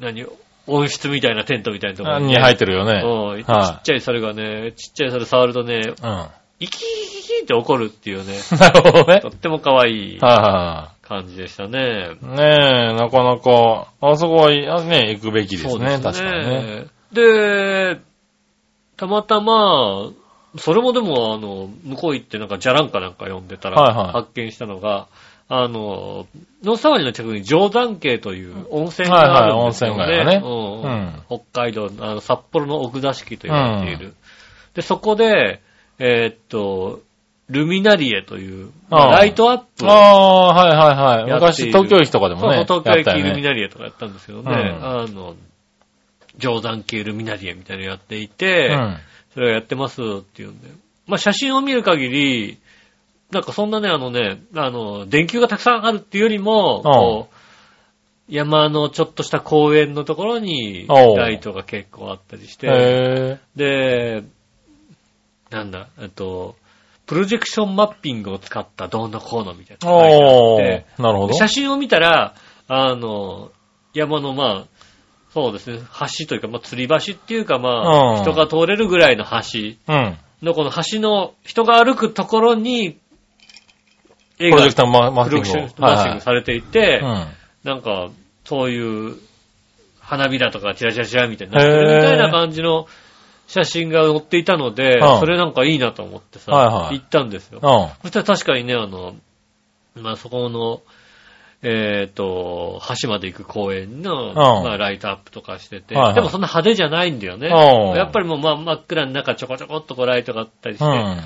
S2: 何、温室みたいなテントみたいなとこ
S3: あ。
S2: ろ
S3: に入って
S2: る。
S3: るよね。
S2: うん、ち
S3: は
S2: っちゃい猿がね、ちっちゃい猿触るとね、
S3: うん。 な
S2: イキイキイキって怒るっていうね、
S3: るほどね
S2: と。っても可愛い
S3: は
S2: 感じでしたね。
S3: いはいはい。ねえ、なかなか、あそこはいあね、行くべきです
S2: そう
S3: ね、確かにね。
S2: で、たまたま、それもでも、あの、向こう行ってなんか、じゃらんかなんか読んでたら、
S3: はいはい
S2: 発見したのが、あの、野沢寺の近くに定山渓という温泉
S3: はい
S2: があ
S3: はい
S2: るんですよね。
S3: 温泉街がね
S2: うん
S3: うん
S2: 北海道のあの札幌の奥座敷と言われている。で、そこで、えーっと、ルミナリエという、まあ
S3: うん
S2: ライトアップを
S3: ああー、はいはいはい。
S2: やってい
S3: 昔
S2: る
S3: 東京駅とかでもね。
S2: そうそう東京駅
S3: や
S2: ル
S3: っ
S2: ミ
S3: たよね
S2: ナリエとかやったんですけどね、
S3: うん
S2: あの、定山系ルミナリエみたいなのやっていて、
S3: うん。
S2: それをやってますっていうんで。まあ、写真を見る限り、なんかそんなね、あのね、あの、電球がたくさんあるっていうよりも、こう、山のちょっとした公園のところに、
S3: おう
S2: ライトが結構あったりして、
S3: へ
S2: で、なんだ、えっと、プロジェクションマッピングを使ったどうのこうのみたい
S3: ぇ
S2: な
S3: ー。
S2: のが書いてあっ
S3: お
S2: て。
S3: ー。なるほど。
S2: 写真を見たら、あの、山のまあ、そうですね、橋というか、まあ、吊り橋っていうか、まあ、
S3: うん
S2: 人が通れるぐらいの橋
S3: うん。
S2: の、この橋の、人が歩くところに、
S3: プ
S2: 映
S3: ロ
S2: 画
S3: ジェクターママ
S2: プ
S3: ス
S2: ロ
S3: ティ
S2: ジェクション
S3: ングを。
S2: マッシングされていて、
S3: はい
S2: なんか、そういう、花びらとかチラチラチラみたいになってるみたいな感じの写真が載っていたので、
S3: うん
S2: それなんかいいなと思ってさ、
S3: はいはい
S2: 行ったんですよ。
S3: うん。うん。
S2: そしたら確かにね、あの、まあ、そこの、えっ、と、橋まで行く公園の、
S3: ん
S2: まあ、ライトアップとかしてて、
S3: はいはい
S2: でもそんな派手じゃないんだよね。
S3: うん
S2: やっぱりもう、まあ、真っ暗の中ちょこちょこっとこうライトがあったりして、
S3: うん。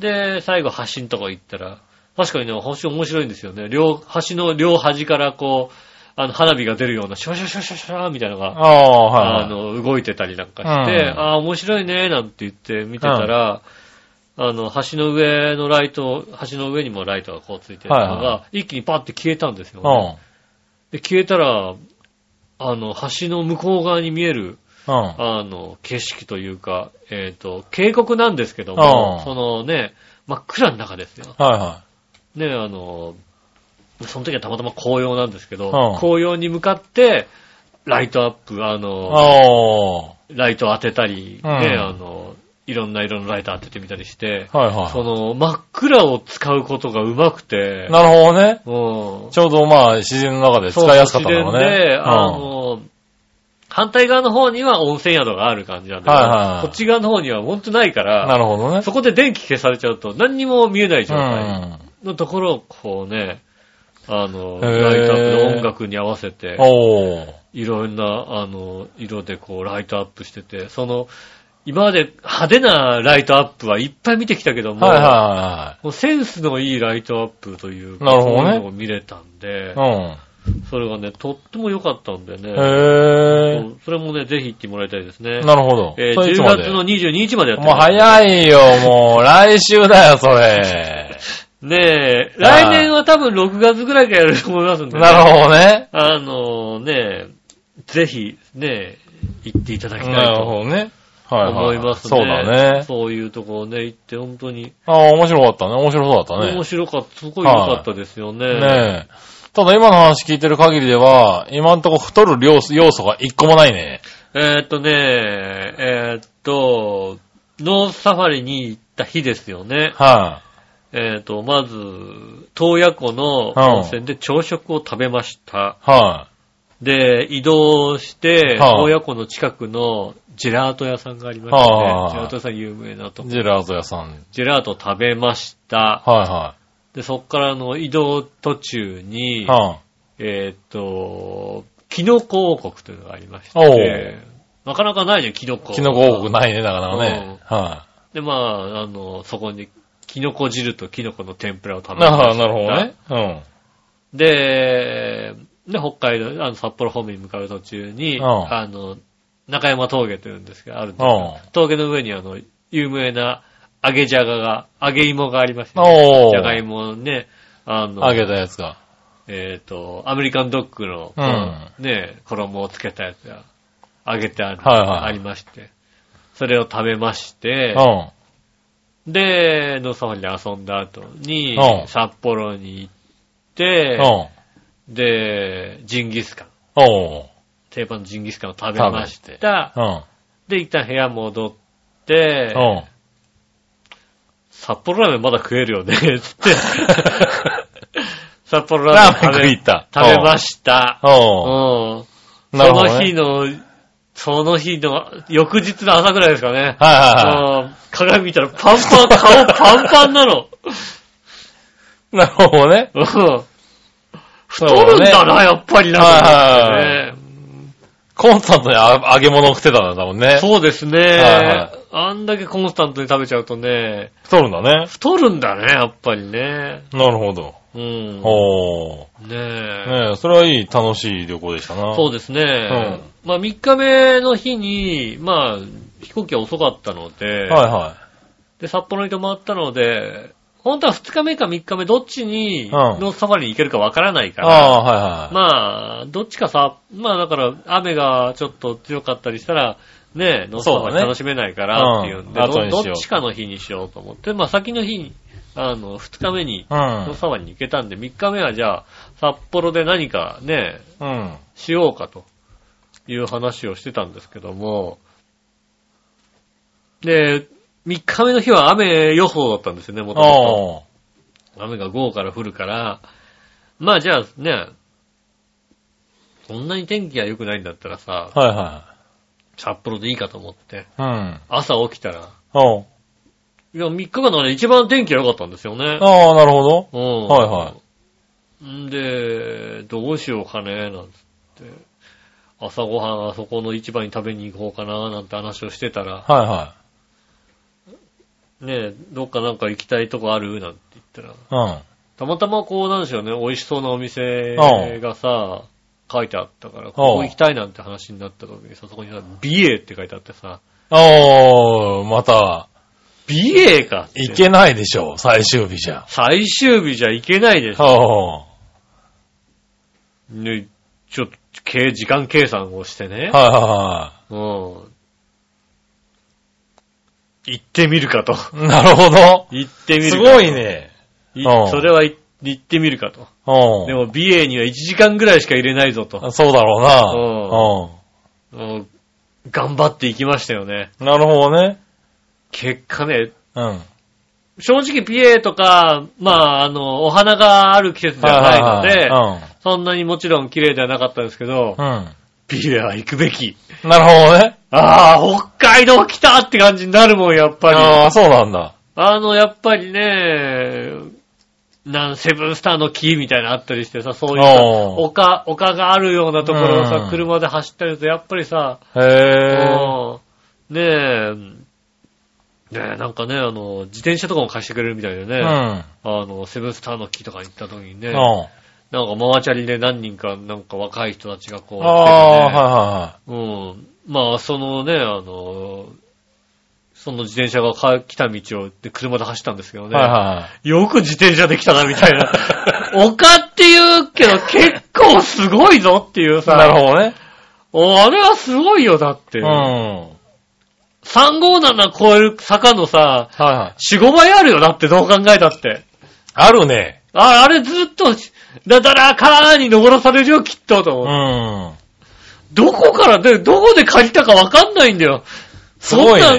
S2: で、最後橋のとこ行ったら、確かにね、橋面白いんですよね。両、橋の両端からこう、あの、花火が出るような、シュワシュワシュワシュワシュワみたいなのが、
S3: ああ、はいはい。
S2: あの、動いてたりなんかして、
S3: うん
S2: ああ、面白いね、なんて言って見てたら、あの、橋の上のライト、橋の上にもライトがこうついてるのが、
S3: はいは
S2: 一気にパッて消えたんですよ、ね
S3: う
S2: で、消えたら、あの、橋の向こう側に見える、
S3: ん。うん。
S2: あの、景色というか、えっ、と、渓谷なんですけども
S3: う、ん
S2: そのね、真っ暗の中ですよ。
S3: はいは
S2: ね、あの、その時はたまたま紅葉なんですけど、
S3: うん
S2: 紅葉に向かって、ライトアップ、あの
S3: い。、あ
S2: ライトを当てたり、
S3: うん
S2: ね、あの、いろんな色のライト当ててみたりして、
S3: あ。はいはい。
S2: その、真っ暗を使うことが上手くて、
S3: なるほどね。
S2: うん。
S3: ちょうどまあ、自然の中で使いやすかったんだろう
S2: そう自然で、
S3: ね。
S2: あの、反対側の方には温泉宿がある感じなんだけど、
S3: はいはい
S2: こっち側の方にはほんとないか
S3: うんな
S2: ら、
S3: るほどね。
S2: そこで電気消されちゃうと何にも見えない状
S3: う
S2: 態
S3: ん。
S2: のところをこうね、あの、
S3: へー
S2: ライトアップの音楽に合わせて、
S3: おー。
S2: いろんな、あの、色でこう、ライトアップしてて、その、今まで派手なライトアップはいっぱい見てきたけども、
S3: はいは
S2: もうセンスのいいライトアップというか、
S3: なるほどね
S2: そういうのを見れたんで
S3: い、は
S2: それがね、とっても良かったんで
S3: い。う
S2: ね、
S3: ん。へ
S2: そうそれもね、ぜひ行ってもらいたいですね
S3: え。。なるほど。
S2: えー
S3: それいつ
S2: 10
S3: まで
S2: 月の22日までやって
S3: もう
S2: ます。
S3: 早いよ、もう。来週だよ、そ れ。
S2: ねえ、来年は多分6月ぐらいからやると思いますんで、ね、
S3: なるほどね。
S2: あのね、ぜひ、ね、行っていただきたい
S3: なる
S2: と
S3: ほどね。はい、はい。
S2: 思いますね。
S3: そうだね。
S2: そういうところね、行って本当に
S3: ああ、面白かったね。面白そうだったね。
S2: 面白かった、すごい良かったですよね。
S3: ねえ。ただ今の話聞いてる限りでは、今んとこ太る要素要素が一個もないね。
S2: えーっとね、えーっと、ノースサファリに行った日ですよね。
S3: は
S2: えーっと、まず、洞爺湖の温泉で朝食を食べました。
S3: い、は
S2: で、移動して、
S3: はい
S2: 洞爺湖の近くのジェラート屋さんがありまして、
S3: はい
S2: ジェラート屋さん有名なと
S3: い、
S2: こ。
S3: ジェラート屋さん。はい、
S2: ジェラートを食べました。
S3: は
S2: で、そっからの移動途中に、
S3: い、は
S2: えーっと、キノコ王国というのがありまし
S3: お
S2: て
S3: う、
S2: なかなかないね、キノコ。
S3: い、キノコ王国ないね、だからね。は
S2: で、まあ、あの、そこに、キノコ汁とキノコの天ぷらを食
S3: い、
S2: べま
S3: あ
S2: し
S3: あ、
S2: た
S3: なるほどね。。うん。
S2: で、で、北海道、あの、札幌方面に向かう途中に、
S3: うん
S2: あの、中山峠というんですが、あるんです
S3: う
S2: が峠の上にあの、有名な揚げじゃがが、揚げ芋がありまして、
S3: おー。
S2: じゃがいもね、あの、
S3: 揚げたやつが。
S2: えっ、と、アメリカンドッグの、
S3: うん
S2: ね、衣をつけたやつが、揚げてある、
S3: はいはい
S2: ありまして、それを食べまし
S3: う
S2: て
S3: ん。、は
S2: で、ノーサファリで遊んだ後に、
S3: うん
S2: 札幌に行っ
S3: い、
S2: て
S3: う、ん。
S2: で、ジンギスカン、
S3: おー。
S2: 定番のジンギスカンを食べました。
S3: うん。
S2: で、一旦部屋戻って、
S3: うん。
S2: 札幌ラーメンまだ食えるよね、 つって。札幌ラーメン
S3: ラーメン食い行った。
S2: 食べました。
S3: お
S2: うん。
S3: ー。
S2: そ
S3: なるほ
S2: の
S3: ど、
S2: 日
S3: ね。
S2: の、その日の、翌日の朝ぐらいですかね。
S3: はいはいはい。
S2: あー鏡見たらパンパン、顔パンパンなの。
S3: なるほどね。
S2: うん太るんだな、やっぱりな。
S3: はいはい
S2: ね
S3: コンスタントにあ揚げ物を食ってたんだもんね。
S2: そうです
S3: はいは
S2: ね。あんだけコンスタントに食べちゃうとね、
S3: 太るんだね。
S2: 太るんだね、やっぱりね。
S3: なるほど。
S2: うん。
S3: おー。
S2: ねえ。
S3: ねえ、それはいい、楽しい旅行でしたな。
S2: そうですね。まあ3日目の日に、まあ飛行機は遅かったので、
S3: はいは
S2: で、札幌に泊まったので、本当は2日目か3日目どっちに、
S3: ん
S2: のサファリに行けるかわからない
S3: い。
S2: から、
S3: ああー、はいはい。
S2: まあ、どっちかさ、まあだから雨がちょっと強かったりしたら、ねえ、ノースタ
S3: そうだ
S2: が
S3: ね
S2: 楽しめないからっていうんで、
S3: うん後にし
S2: ど
S3: よう
S2: どっちかの日にしようと思って、まあ先の日に、あの、2日目に、ノースタに行けたんで、3日目はじゃあ、札幌で何かね、
S3: うん。うん。
S2: しようかという話をしてたんですけども、で、3日目の日は雨予報だったんですよね、もとも
S3: あ
S2: と。雨が午後から降るから、まあじゃあね、そんなに天気が良くないんだったらさ、
S3: あ。はいは
S2: 札幌でいいかと思って、
S3: い。うん。
S2: 朝起きたら、
S3: おう
S2: いや、3日間のね、一番天気が良かったんですよね。
S3: ああ、なるほど。
S2: うん。
S3: はいは
S2: んで、どうしようかね、なんつって。朝ごはんあそこの市場に食べに行こうかな、なんて話をしてたら、
S3: はいは
S2: ねえ、どっかなんか行きたいとこあるなんて言ったら、
S3: い。うん。
S2: たまたまこうなんでしょうね、美味しそうなお店がさ、書いてあったから、ここ行きたいなんて話になった時にさ、そこにさ、美瑛って書いてあってさ、
S3: おー、また、
S2: 美瑛かって
S3: いけないでしょ、最終日じゃ。
S2: 最終日じゃ行けないでしょ。
S3: おー。
S2: ね、ちょっと、計時間計算をしてね、
S3: はいは
S2: うん。行ってみるかと。
S3: いはい。なるほど。
S2: 行ってみる
S3: す
S2: か
S3: ごい。ね。
S2: い
S3: うん
S2: それは行行ってみるかと。
S3: うん。
S2: でも、美瑛には1時間ぐらいしか入れないぞと。
S3: そうだろ
S2: もう頑張っていきましたよね。
S3: うな。うん。なるほどね。
S2: 結果ね、
S3: うん。
S2: 正直ピエとか、まあ、あの、お花がある季節ではないので、
S3: はいはいはい
S2: そんなにもちろん綺麗ではなかったんですけど、
S3: うん。
S2: ピエは行くべき。
S3: うん。なるほどね。
S2: ああ、北海道来たって感じになるもん、やっぱり。
S3: ああ、そうなんだ。
S2: あの、やっぱりね、なん、セブンスターの木みたいなのあったりしてさ、そういうさ
S3: おー
S2: 丘、丘があるようなところを
S3: う
S2: さ
S3: ん、
S2: 車で走ってると、やっぱりさ、
S3: へえ。
S2: うんねえ、ねえ、なんかね、あの、自転車とかも貸してくれるみたいでね、
S3: うん。うん。
S2: あの、セブンスターの木とかに行った時にね、
S3: あ
S2: なんかママチャリで何人か、なんか若い人たちがこう、
S3: あ
S2: 来ててねうん。まあ、そのね、あの、その自転車がか来た道をで車で走ったんですけど
S3: ー、はいはい。
S2: ね、
S3: はいは
S2: よく自転車で来たな、みたい な。丘って言うけど、結構すごいぞっていう
S3: い。な
S2: さ。
S3: るほどね。
S2: おあれはすごいよ、だって。
S3: うん。はい
S2: 357超える坂のさ、
S3: はい。
S2: 4、5倍あるよ、だって、どう考えたって。
S3: あるね。
S2: あ、あれずっと、だだらかーに登らされるよ、きっと、と
S3: う
S2: 思う、
S3: ん。
S2: どこからで、どこで借りたかわかんないんだよ。
S3: すごいね
S2: そんな、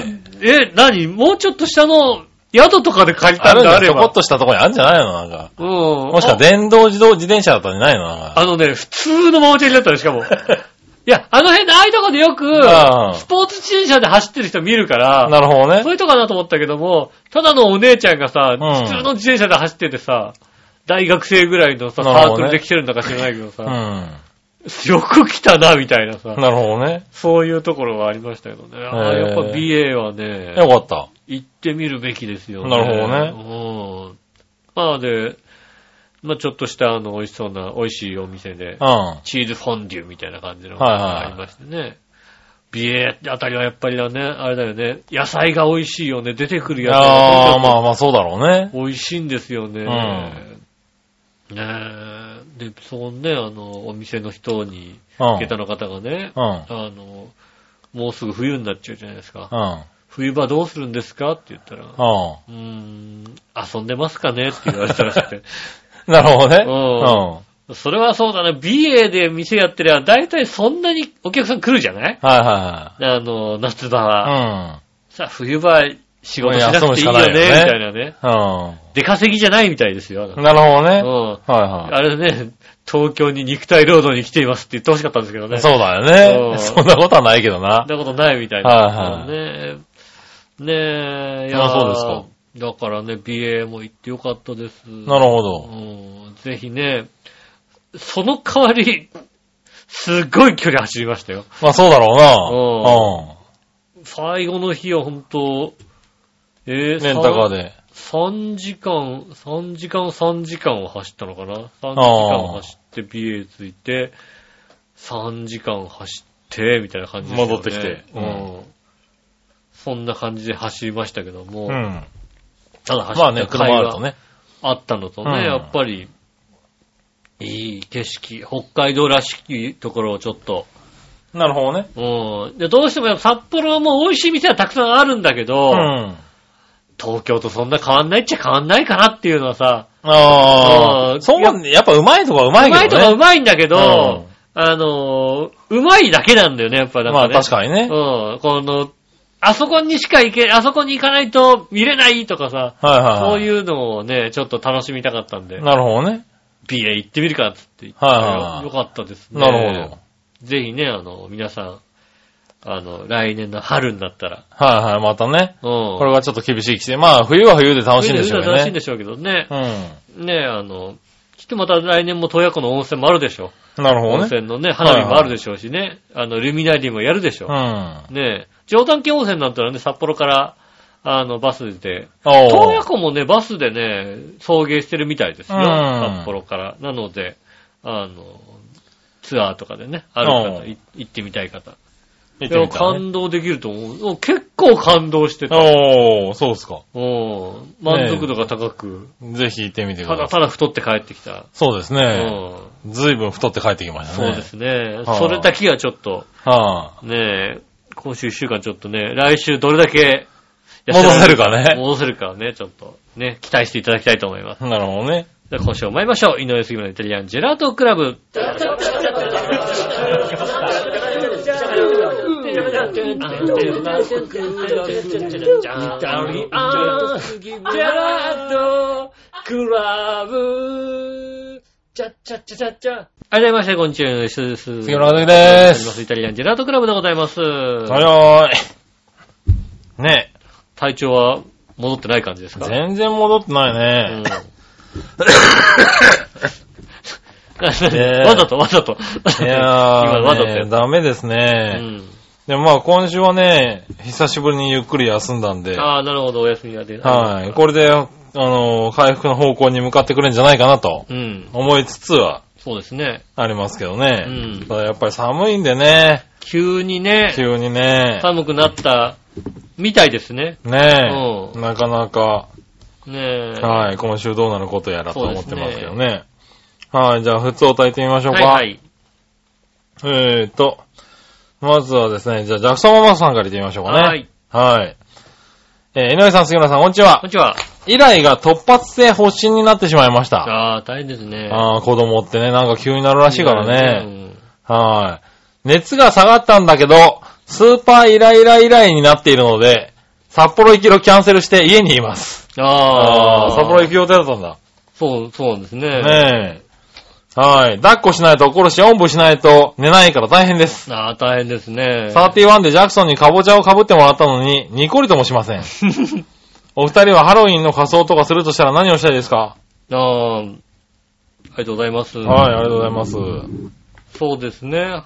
S2: え、何もうちょっと下の宿とかで借り
S3: あ
S2: たん
S3: るん
S2: だ、あ
S3: だ、ち
S2: れ
S3: ょこっ
S2: は。
S3: としたとこにあるんじゃないのなんか。
S2: うん。
S3: もしか電動自動自転車だったんじゃないのなんか。
S2: あのね、普通のママチャリだったの、しか も。いや、あの辺でああいうとこでよく、
S3: うん
S2: スポーツ自転車で走ってる人見るから、
S3: なるほど ね
S2: そう。いうとこかなと思ったけども、ただのお姉ちゃんがさ、
S3: うん
S2: 普通の自転車で走っててさ、大学生ぐらいのさ、
S3: なる
S2: サー
S3: ほどね
S2: クルで来てるんだか知らないけど
S3: う
S2: さ、
S3: ん。
S2: よく来たな、みたいなさ、
S3: なるほどね。
S2: そういうところがありましたけどね。ああ
S3: へー
S2: やっぱ BA はね、
S3: よかった。
S2: 行ってみるべきですよね。
S3: なる
S2: ほどね。うん。まあで、まあちょっとしたあの、美味しそうな、美味しいお店で、
S3: うん。は
S2: チーズフォンデュみたいな感じの
S3: はいはい
S2: がありましてね。美瑛あたりはやっぱりだね、あれだよね。野菜が美味しいよね。出てくる
S3: い
S2: 野
S3: や
S2: 菜
S3: ー、
S2: が
S3: まあまあそうだろうね。
S2: 美味しいんですよね。
S3: ん
S2: ねえ。で、そうね、あの、お店の人に、下
S3: う
S2: 駄の方がね、
S3: ん。うん。
S2: あの、もうすぐ冬になっちゃうじゃないですか
S3: う。ん。
S2: 冬場どうするんですかって言ったら、う
S3: う
S2: ーん、遊んでますかねって言われたらしくて。
S3: ん。なるほどね。
S2: うん
S3: うん。
S2: それはそうだね。BA で店やってりゃ、大体そんなにお客さん来るじゃない
S3: はいは
S2: あの、夏場
S3: い
S2: は。
S3: は
S2: さあ、冬場、仕事しなくていいよね、み
S3: もう休むしかないよね
S2: たいなね。
S3: い。
S2: 出稼ぎじゃないみたいですよ。
S3: うん。なるほど
S2: う
S3: ね。
S2: ん。
S3: はいは
S2: あれね、東京に肉体労働に来ていますって言ってほしかったんですけどね。
S3: い。
S2: う。
S3: そうだ
S2: う
S3: よね。
S2: ん
S3: そんなことはないけどな
S2: そん。なことないみたいな。
S3: はいはい
S2: ねえ。ねえ、い
S3: あそうですか
S2: だからね、美瑛も行ってよかったです。
S3: なるほ
S2: う
S3: ど。
S2: んぜひね、その代わり、すごい距離走りましたよ。
S3: まあそうだろ
S2: 最後の日は本当
S3: う
S2: え
S3: な。うん。
S2: ー、
S3: レンタカーで。
S2: 3時間、3時間、3時間を走ったのかな ?3 時間走って、BA ついて、3時間走って、みたいな感じでしたよね。
S3: 戻ってきて
S2: う。
S3: うん
S2: そんな感じで走りましたけども、
S3: うん。
S2: ただ走
S3: まあ
S2: っ
S3: ね、
S2: た
S3: 車
S2: 回
S3: があると
S2: が
S3: ね。
S2: あったのとね、
S3: うん
S2: やっぱり、いい景色、北海道らしきところをちょっと、
S3: なるほどね。
S2: うん。で、どうしてもやっぱ札幌も美味しい店はたくさんあるんだけど、
S3: うん。
S2: 東京とそんな変わんないっちゃ変わんないかなっていうのはさ、う
S3: ああ、
S2: ん
S3: そんな、やっぱうまいとかうま
S2: う
S3: いけど
S2: ま
S3: ね。
S2: いとかうまいんだけど、あのー、うまいだけなんだよね、やっぱりなん
S3: ま
S2: か、
S3: あ
S2: ね。
S3: 確かにね。
S2: うん、この、あそこにしか行け、あそこに行かないと見れないとかさ、
S3: はいはいはい。
S2: そういうのをね、ちょっと楽しみたかったんで、
S3: なるほどね。
S2: 美瑛行ってみるかっつって言って、
S3: はいはいはい
S2: よかったですね。
S3: なるほど。。
S2: ぜひね、あの、皆さん、あの、来年の春になったら、
S3: はいはい、またね。
S2: うん。
S3: これがちょっと厳しい季節。まあ冬は冬で楽しいんでしょうよね。
S2: 楽しいんでしょうけどね。
S3: う
S2: ねえ、あの、きっとまた来年も洞爺湖の温泉もあるでしょ。
S3: ん。なるほ
S2: 温
S3: どね。
S2: 泉のね、花火もあるでしょうしね。あの、ルミナリーもやるでしょ
S3: う。ん。
S2: ねえ、上丹系温泉なんたらね、札幌から、あの、バスで、洞
S3: お
S2: 爺
S3: う
S2: 湖もね、バスでね、送迎してるみたいですよ。
S3: うん
S2: 札幌から。なので、あの、ツアーとかでね、ある
S3: う
S2: 方、
S3: ん
S2: い行ってみたい方。
S3: 見
S2: い
S3: てみ
S2: や、
S3: たいね
S2: 感動できると思うお。結構感動してた。
S3: おー、そうですか。
S2: お満足度が高く、
S3: ぜひ行ってみてく
S2: ただ
S3: ださい。
S2: ただ太って帰ってきた。
S3: そうです
S2: う
S3: ね。
S2: ん
S3: ずいぶん太って帰ってきました
S2: そう
S3: ね。
S2: ですね。
S3: はい
S2: それだけがちょっと、
S3: は
S2: ねえ、今週一週間ちょっとね、来週どれだけ、
S3: い。戻せるかね。
S2: 戻せるかね、ちょっと、ね、期待していただきたいと思います。
S3: なるほどね。
S2: では今週も参りましょう。井上杉村のイタリアンジェラートクラブ。はい、どうもみなさん、こんにちは。吉田です。
S3: 杉村和樹で。
S2: ありますすイタリアンジェラートクラブでございます。
S3: はよーい。ね
S2: 体調は戻ってない感じですか
S3: 全然戻ってな
S2: う
S3: い
S2: ん
S3: ね。え
S2: わざとわざと。
S3: い
S2: 今
S3: や
S2: わざとや
S3: ー、
S2: っ
S3: ね
S2: た。
S3: ダメです
S2: う
S3: ね。
S2: ん。
S3: でもまあ今週はね、久しぶりにゆっくり休んだんで、
S2: ああ、なるほど、お休みが出
S3: はい。これで、あのー、回復の方向に向かってくれるんじゃないかなと
S2: うん。
S3: 思いつつは
S2: そうですね。
S3: ありますけど
S2: う
S3: ね。
S2: ん。
S3: ただやっぱり寒いんでね、
S2: 急にね、
S3: 急にね。
S2: 寒くなったみたいですね。
S3: ね
S2: う
S3: え。
S2: ん
S3: なかなか、
S2: ねえ。
S3: はい、今週どうなることやらと思ってますけ
S2: そ
S3: ど
S2: う
S3: ね。はい、じゃあ、普通を炊いてみましょう
S2: は
S3: か。
S2: いはい。
S3: えーと、まずはですね、じゃあ、ジャクソンママさんから言ってみましょうかね。
S2: は。い。
S3: はい。えー井上さん、杉村さん、こんにち
S2: こん
S3: は。
S2: にちは。
S3: 以来が突発性発疹になってしまいました。
S2: ああ、大変ですね。
S3: ああ、子供ってね、なんか急になるらしいからね。
S2: ね。
S3: はい。熱が下がったんだけど、スーパーイライライライになっているので、札幌行きをキャンセルして家にいます。
S2: ああ、
S3: 札幌行く予定だったんだ。
S2: そう、そうですね。
S3: ねえ。はい。抱っこしないと怒るし、おんぶしないと寝ないから大変です。
S2: ああ、大変ですね。
S3: 31でジャクソンにカボチャを被ってもらったのに、ニコリともしません。お二人はハロウィンの仮装とかするとしたら何をしたいですか、
S2: ああ、ありがとうございます。
S3: はい、ありがとうございます。
S2: そうですね。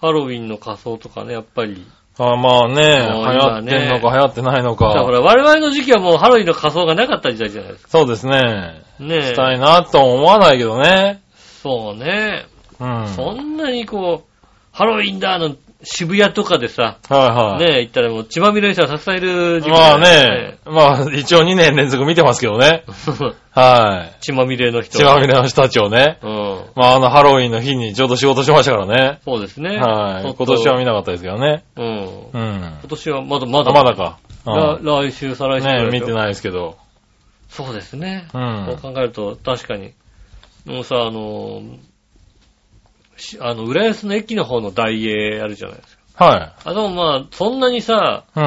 S2: ハロウィンの仮装とかね、やっぱり。
S3: あまあね、
S2: もう
S3: 流行
S2: 今
S3: っ
S2: ね
S3: てんのか流行ってないの
S2: だか
S3: か。
S2: ら我々の時期はもうハロウィンの仮装がなかった時代じゃないですか。
S3: そうですね。
S2: ねえ
S3: し。たいなとも思わないけどね。
S2: そうね。
S3: うん。
S2: そんなにこう、ハロウィンだの渋谷とかでさ、
S3: はいはい。
S2: ねえ、行ったらもう血まみれの人がたくさんいる時期
S3: まあ
S2: だよ
S3: ね、まあ一応2年連続見てますけどね。
S2: ね。
S3: は
S2: 血まみれの
S3: い。
S2: 人。
S3: 血まみれの人たちをね。
S2: うん。
S3: まああのハロウィンの日にちょうど仕事しましたからね。
S2: そうですね。
S3: は
S2: ちょ
S3: い。
S2: っと
S3: 今年は見なかったですけどね。
S2: うん。
S3: うん。
S2: 今年はまだまだ。
S3: あ、まだか。
S2: ら
S3: う
S2: 来週、再来
S3: ん
S2: 週ぐら
S3: ね
S2: いでし
S3: 見
S2: ょ
S3: てないですけど。
S2: そうですね。
S3: う。
S2: そうん考えると、確かに。もうさ、あのー、しあの、浦安の駅の方の大英あるじゃないですか。
S3: は
S2: あ、でもまあ、そんなにさ、
S3: い。うん。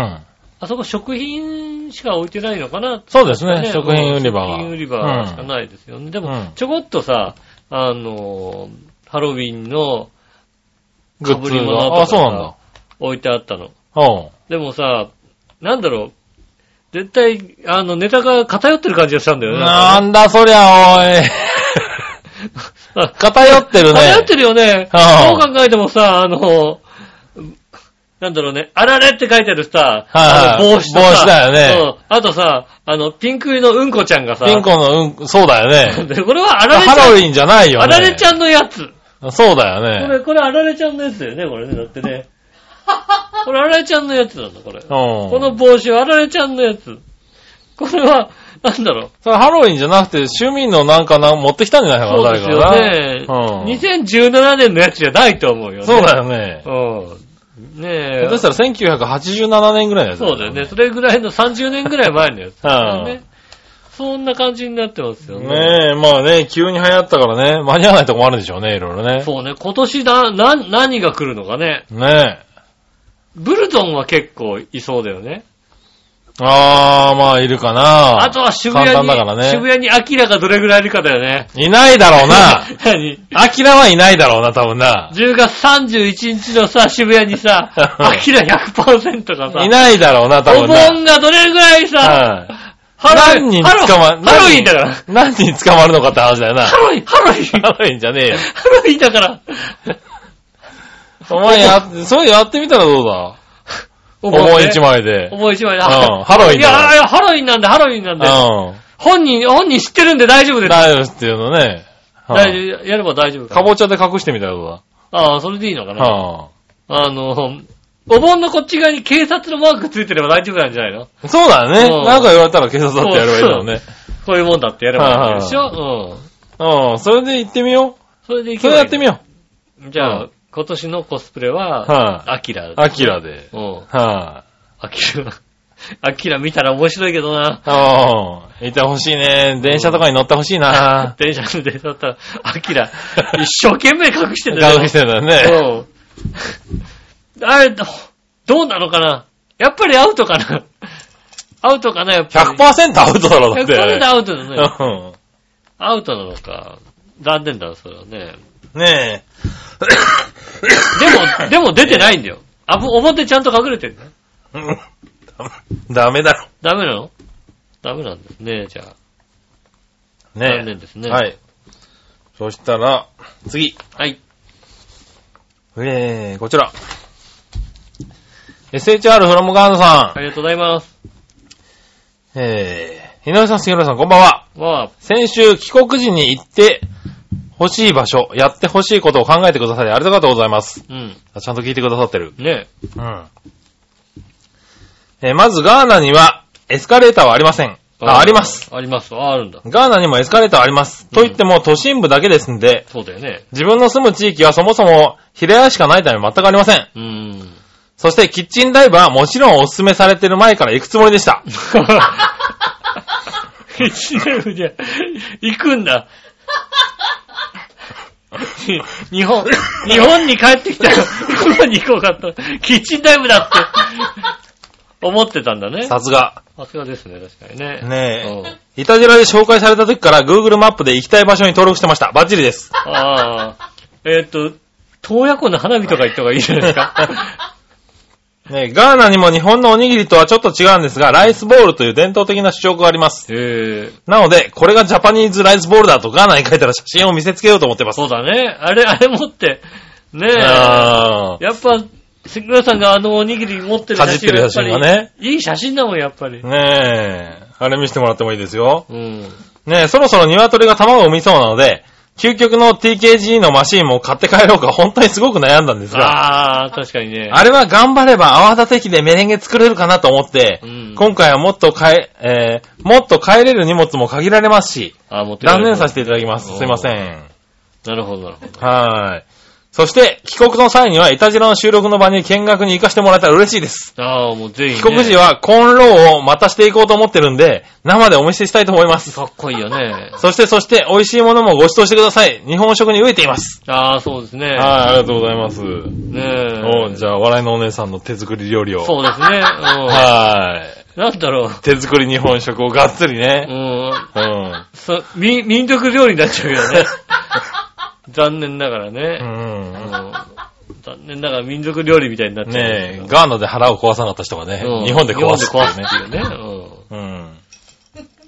S2: あそこ食品しか置いてないのかな、
S3: そうですね、
S2: ね
S3: 食品売り場が。
S2: 食品売り場しか
S3: うん
S2: ないですよね。で
S3: う
S2: も
S3: ん、
S2: ちょこっとさ、あのー、ハロウィンの
S3: グッズ
S2: 被り物とか
S3: が。あ、そうなんだ。
S2: 置いてあったの。
S3: おう
S2: でもさ、なんだろう、絶対、あの、ネタが偏ってる感じがしたんだよね。
S3: なんだそり ゃ、おい。
S2: なんかね
S3: 偏ってるね。
S2: 偏ってるよね。
S3: うん
S2: どう考えてもさ、あの、なんだろうね、あられって書いてあるさ、
S3: は
S2: あ
S3: い
S2: の帽子とさ
S3: 帽子だよね
S2: うんあとさ、あの、ピンク色のうんこちゃんがさ、
S3: ピンコの、うん、そうだ よね。
S2: でこれはあられちゃ
S3: ハ
S2: ん、
S3: ロウィンじゃないよね。
S2: あられちゃんのやつ。
S3: そうだ
S2: こ
S3: よ
S2: れ、
S3: ね。
S2: これあられちゃんのやつだよね、これね、だって ね。これあられちゃんのやつなんだ、これ。こ
S3: うん。
S2: の帽子はあられちゃんのやつ。これは、なんだろう。
S3: それハロウィンじゃなくて、趣味のなんかな持ってきたんじゃないか
S2: そ
S3: な、
S2: うです
S3: 誰か
S2: よ
S3: が
S2: ね。
S3: な。うん。
S2: 2017年のやつじゃないと思うよね。
S3: そうだよね。
S2: うん。ねえ。
S3: 下手したら1987年ぐらいのやつ
S2: そうだよね。それぐらいの30年ぐらい前のやつ。
S3: うん
S2: ねそんな感じになってますよね。
S3: ねえ、まあね、急に流行ったからね、間に合わないとこもあるんでしょうね、いろいろね。
S2: そうね。今年だ、な、何が来るのかね。
S3: ねえ。
S2: ブルゾンは結構いそうだよね。
S3: あー、まあ、いるかな。
S2: あとは渋谷
S3: 簡
S2: に、
S3: 単だからね
S2: 渋谷にアキラがどれぐらいいるかだよね。
S3: いないだろうな。
S2: 何
S3: アキラはいないだろうな、多分な。
S2: 10月31日のさ、渋谷にさ、アキラ100%がさ、
S3: いないだろうな、多
S2: お
S3: 分な。
S2: 盆がどれぐらいさ、
S3: はい
S2: ハロウィ
S3: 何
S2: ン、
S3: 人
S2: ハロ
S3: 捕ま、
S2: ハロウィンだから。
S3: 何人。何人捕まるのかって話 だよな。
S2: ハ
S3: ハ
S2: ロウィン、ハロウィン、
S3: ロウィンじゃねえよ。
S2: ハロウィンだから、
S3: お前や、それやってみたらどうだ重い一枚で。うん。
S2: 重い一枚で。
S3: ハロウィン
S2: い
S3: だから
S2: や、いやハロウィンなんで、ハロウィンなんで。
S3: う
S2: 本人、本人知ってるんで大丈夫
S3: ん。
S2: です。
S3: 大丈夫っていうのね。うん
S2: 大丈夫、やれば大丈夫
S3: か
S2: かな。
S3: ぼちゃで隠してみたらどう
S2: ああ、それでいいのか
S3: だ
S2: な。
S3: は
S2: あの、お盆のこっち側に警察のマークついてれば大丈夫なんじゃないの
S3: あ、そうだね。
S2: うん
S3: なんか言われたら警察だってやればいいだろうね。
S2: こういうもんだってやればいいんでし
S3: は
S2: ょうん。
S3: うん。それで行ってみよ。
S2: それでいうけ
S3: そ
S2: ば
S3: れ
S2: いい
S3: やってみよ
S2: う。じゃ
S3: う
S2: あ、今年のコスプレ
S3: う。
S2: は、
S3: は
S2: アキラ
S3: い。。アキラで。
S2: うん。
S3: はい。
S2: アキラ。アキラ見たら面白いけどな。
S3: うん。いてほしいね。電車とかに乗ってほし いな。
S2: 電車の電車だったら、アキラ、一生懸命隠してんだよ。
S3: 隠してたよね。
S2: うん。あれ、どどうなのかなやっぱりアウトかなアウトかなやっぱり。
S3: 100%アウトだろ、だって。
S2: 100%アウトだね。
S3: うん。
S2: アウトなのか。残念だな、それはね。
S3: ね
S2: でも、でも出てないんだよ。あぶ、表ちゃんと隠れてるの
S3: え。 ダメだろ。
S2: ダメなのダメなんですね、じゃあ。
S3: ねえ。
S2: 残念ですね。
S3: はい。そしたら、次。
S2: はい。
S3: えー、こちら。SHR フロムガードさ
S2: ありがとうございます。
S3: ん。えー、井上さん、杉浦さん、こんばんは。
S2: まあ、
S3: 先週、帰国時に行って、欲しい場所、やって欲しいことを考えてくださり、ありがとうございます。
S2: うん。
S3: あちゃんと聞いてくださってる。
S2: ね
S3: うん。えー、まず、ガーナには、エスカレーターはありません。あ、あります。。
S2: あります。あ、あるんだ。
S3: ガーナにもエスカレーターあります。と言っても都心部だけですんで、
S2: そうだよね。
S3: 自分の住む地域はそもそも平屋しかないため全くありません。
S2: うーん。
S3: そしてキッチンダイバーはもちろんお勧めされてる前から行くつもりでした。
S2: 一年じゃ、行くんだ。日本、日本に帰ってきたら、日本に行こうかと。キッチンタイムだって、思ってたんだね。
S3: さすが。
S2: さすがですね、確かにね。
S3: ね
S2: うん
S3: え。イタジラで紹介された時から Google マップで行きたい場所に登録してました。バッチリです。
S2: ああ。えーっと、洞爺湖の花火とか行った方がいいんじゃないです か。
S3: ねえ、ガーナにも日本のおにぎりとはちょっと違うんですが、ライスボールという伝統的な主食があります。
S2: えー、
S3: なので、これがジャパニーズライスボールだとガーナに書いたら写真を見せつけようと思ってます。
S2: そうだね。あれ、あれ持って、ねえ。
S3: あ
S2: やっぱ、杉村さんがあのおにぎり持ってる写真
S3: かじってる写真がね
S2: やっぱりいい写真だもん、やっぱり
S3: ー。ねえ。あれ見せてもらってもいいですよ。
S2: うん。
S3: ねえ、そろそろ鶏が卵を産みそうなので、究極の TKG のマシンも買って帰ろうか、本当にすごく悩んだんですが、あ
S2: ああ、確かにね。
S3: れは頑張れば泡立て器でメレンゲ作れるかなと思って、
S2: うん
S3: 今回はもっと買え、えーもっと帰れる荷物も限られますし、
S2: あー持って
S3: 断念させ
S2: て。
S3: ていただきます。
S2: おー
S3: すいません。
S2: なるほど、なるほど。
S3: はーい。そして、帰国の際には、イタジラの収録の場に見学に行かせてもらえたら嬉しいです。
S2: ああ、もうぜひ、ね。
S3: 帰国時は、コンローをまたしていこうと思ってるんで、生でお見せしたいと思います。
S2: かっこいいよね。
S3: そして、そして、美味しいものもご馳走してください。日本食に飢えています。
S2: ああ、そうですね。
S3: はい、ありがとうございます。
S2: ね
S3: お
S2: え。
S3: うじゃあ、笑いのお姉さんの手作り料理を。
S2: そうですね。う
S3: はい。
S2: ん。なんだろう。
S3: 手作り日本食をがっつり
S2: う
S3: ね。
S2: ん。
S3: うん。
S2: そ、民、民族料理になっちゃうけど ね。残念ながら
S3: う
S2: ね。うん
S3: ん。
S2: 残念ながら民族料理みたいになっちゃうんですけ
S3: ね
S2: ど。
S3: え、ガーナで腹を壊さなかった人がね
S2: うん、
S3: 日本で壊す
S2: 日
S3: ってい
S2: 本
S3: う
S2: で
S3: ね
S2: 壊。すっていうね。うん。
S3: うん。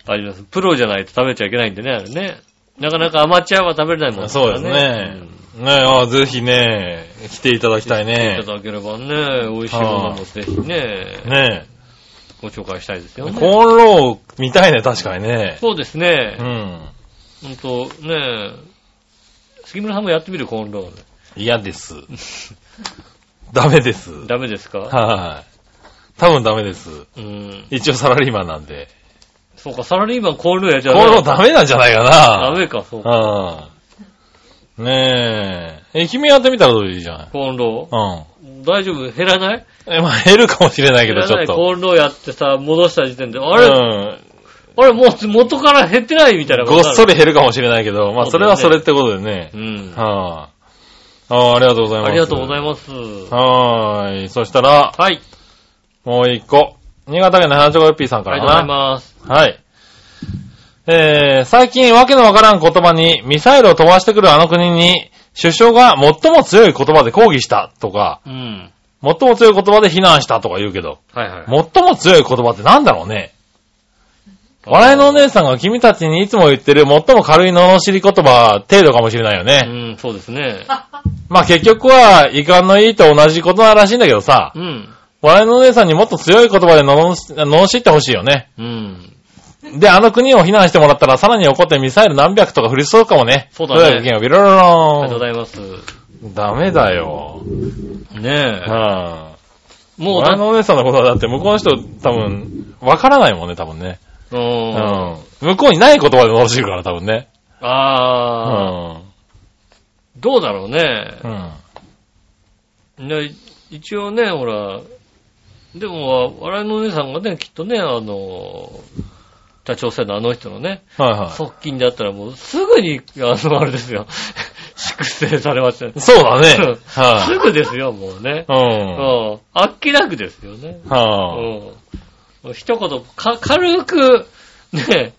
S2: あります。プロじゃないと食べちゃいけないんでね、あれね。なかなかアマチュアは食べれないもん
S3: そうですね。ねああぜひね、来ていただきたい
S2: うんい
S3: ね。
S2: ただければね、美味しいものもぜひね、
S3: ね
S2: ご紹介したいですよ
S3: コ
S2: ね。
S3: ーンロー見たいね、確かにね。
S2: そうです
S3: う
S2: ね。
S3: ん。
S2: ほんと、ね杉村さんもやってみる、コーンロール。
S3: 嫌です。 ダメです。
S2: ダメですか
S3: はい。多分ダメです。
S2: うん。
S3: 一応サラリーマンなんで。
S2: そうか、サラリーマンコーンロールやっち
S3: コ
S2: ゃ
S3: ー
S2: ダメ
S3: ンローダメなんじゃないかな。
S2: ダメか、そうか。
S3: うん。ねえ。え、君やってみたらどういいじゃない
S2: コーンロ
S3: うん。
S2: ー大丈夫減らない
S3: え、まあ減るかもしれないけ
S2: 減
S3: ど、
S2: ら
S3: ち
S2: な
S3: ょっ
S2: い
S3: と。
S2: コーンローやってさ、戻した時点で、あれ、
S3: うん。
S2: あれ、もう元から減ってないみたいな
S3: ごっそ
S2: り。
S3: り減るかもしれないけど、まあそれはそれってことでね
S2: う。ん。
S3: はあ。ああ、ありがとうございます。
S2: ありがとうございます。
S3: はーい。そしたら、
S2: はい。
S3: もう一個。新潟県の花チョコヨッピーさんか
S2: あり
S3: ら
S2: がとうござい
S3: かな。
S2: ます。
S3: はい。えー、最近わけのわからん言葉に、ミサイルを飛ばしてくるあの国に、首相が最も強い言葉で抗議したとか、
S2: うん。
S3: 最も強い言葉で非難したとか言うけど、
S2: はいはい。
S3: 最も強い言葉ってなんだろうね。笑いのお姉さんが君たちにいつも言ってる最も軽い罵り言葉程度かもしれないよ
S2: う
S3: ね。
S2: ん、そうですね。
S3: まあ結局は遺憾のいいと同じことならしいんだけどさ、
S2: うん。
S3: 笑いのお姉さんにもっと強い言葉で罵罵ってほしいよね。
S2: うん。
S3: で、あの国を非難してもらったらさらに怒ってミサイル何百とか降りそうかもね。
S2: そうだね
S3: いう件をビロロ
S2: ありがとうご
S3: ロ
S2: ざいます。
S3: ン。ダメだよ。
S2: ね
S3: う
S2: え。
S3: ん。
S2: もうだ
S3: 笑いのお姉さんのことはだって向こうの人多分、わからないもんね、多分ね。
S2: う。
S3: うんん。向こうにない言葉で罵るから、多分ね。う
S2: ああ、
S3: ん。
S2: どうだろうね
S3: う。ん。
S2: ね一応ね、ほら、でも、笑いのお姉さんがね、きっとね、あの、北朝鮮のあの人のね、
S3: はいは
S2: 側近だったらもうすぐに、あの、あれですよ、 粛清されましたね
S3: い。そうだね。
S2: す
S3: は
S2: ぐですよ、もうね
S3: い。。うん。
S2: うん。あっけなくですよね。
S3: は
S2: うん。一言、か、軽く、ね、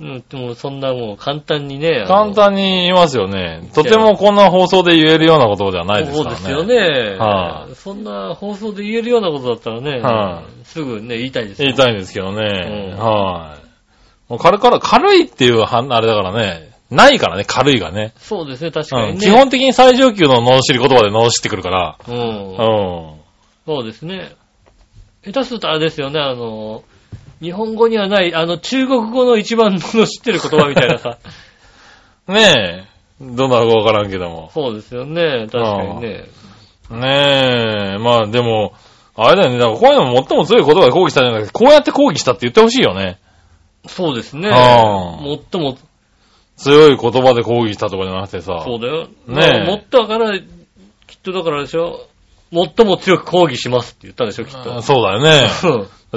S2: うん、でもそんなもう簡単にね
S3: い。。簡単に言いますよね。とてもこんな放送で言えるようなことじゃないです
S2: そ
S3: か
S2: う
S3: ら
S2: で
S3: ね。
S2: すよ。ね。
S3: はい
S2: そんな放送で言えるようなことだったらね、
S3: は
S2: すぐね、言いたいです
S3: 言
S2: よ
S3: い。たいんですけどね。
S2: うん
S3: はい。もう軽から、軽いっていうはん、あれだからね。ないからね、軽いがね。
S2: そうですね、確か
S3: う
S2: に
S3: ん。
S2: ね。
S3: 基本的に最上級の罵り言葉で罵ってくるから。
S2: うん。
S3: うん。
S2: そうですね。下手するとあれですよね、あの、日本語にはない、あの、中国語の一番の知ってる言葉みたいな さ。
S3: ねえ。どんなのかわからんけども。
S2: そうですよね、確かにね。
S3: ねえ。まあでも、あれだよね。だからこういうのも最も強い言葉で抗議したんじゃなくて、こうやって抗議したって言ってほしいよね。
S2: そうですね。
S3: ああ
S2: もっとも、
S3: 強い言葉で抗議したとかじゃなくてさ。
S2: そうだよ。
S3: ねえ
S2: もっとだから、きっとだからでしょ。最も強く抗議しますって言ったんでしょ、きっ
S3: あ
S2: と。
S3: そうだ よね。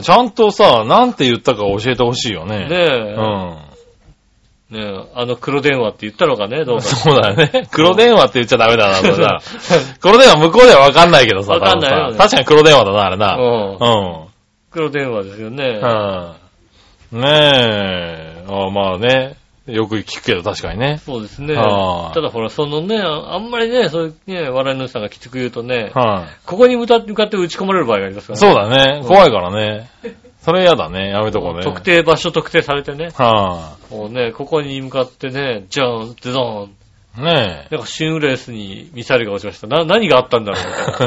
S3: ちゃんとさ、なんて言ったか教えてほしいよ
S2: ね
S3: ね。
S2: え
S3: う、ん。
S2: ねえ、あの黒電話って言ったのかね、どうか。
S3: そうだよね。黒電話って言っちゃダメだな、それな
S2: う
S3: 黒電話向こうではわかんないけどさ。
S2: わかんないよね
S3: 多分さ確かに黒電話だな、あれな。
S2: ん
S3: うん。
S2: 黒電話ですよね。
S3: うん。ねえ。あまあね。よく聞くけど、確かにね。
S2: そうですね。
S3: ああ
S2: ただほら、そのね、ああんまりね、そういうね、笑いの人がきつく言うとね、
S3: は
S2: ここに向かって向かって打ち込まれる場合がありますか
S3: い。
S2: ら
S3: そうだね
S2: う。ん
S3: 怖いからね。それ嫌だね。やめとこうね。
S2: 特。定場所特定されてね、
S3: は
S2: もうね、ここに向かってね、ジャーン、ズドーン、
S3: い。ね
S2: なんかシングレースにミサイルが落ちました。な、何があったんだろ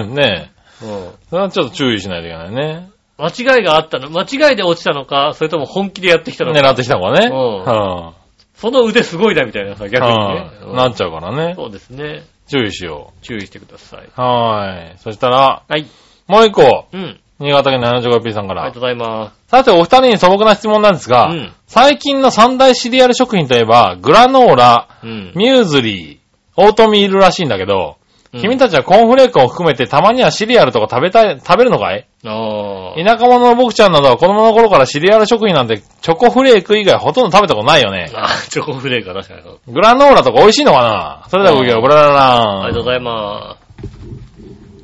S2: うみたいな。
S3: え。ねえ。
S2: うん
S3: それはちょっと注意しないといけないね。
S2: 間違いがあったの間違いで落ちたのか、それとも本気でやってきたのか、
S3: 狙ってきた方がね。
S2: うん
S3: は
S2: その腕すごいなみたいなさ、
S3: い。
S2: 逆に
S3: は
S2: ね。
S3: い
S2: うん
S3: なっちゃうからね。
S2: そうですね。
S3: 注意しよ
S2: 注意してください。
S3: う。はーい。そしたら、
S2: はい。
S3: もう一個、
S2: うん。
S3: 新潟県 75P さんか
S2: ありが
S3: ら
S2: とう。ございます。
S3: さて、お二人に素朴な質問なんですが、
S2: うん
S3: 最近の三大シリアル食品といえば、グラノーラ、
S2: うん。
S3: ミューズリー、オートミールらしいんだけど、
S2: うん
S3: 君たちはコーンフレークを含めてたまにはシリアルとか食べたい、食べるのかい
S2: あ
S3: 田舎者の僕ちゃんなどは子供の頃からシリアル食品なんてチョコフレーク以外ほとんど食べたことないよね。
S2: あ。あチョコフレークは確かにそう。
S3: グラノーラとか美味しいのかなそれではごきげんよう、ブラララー
S2: あり
S3: ン。
S2: がとうございます。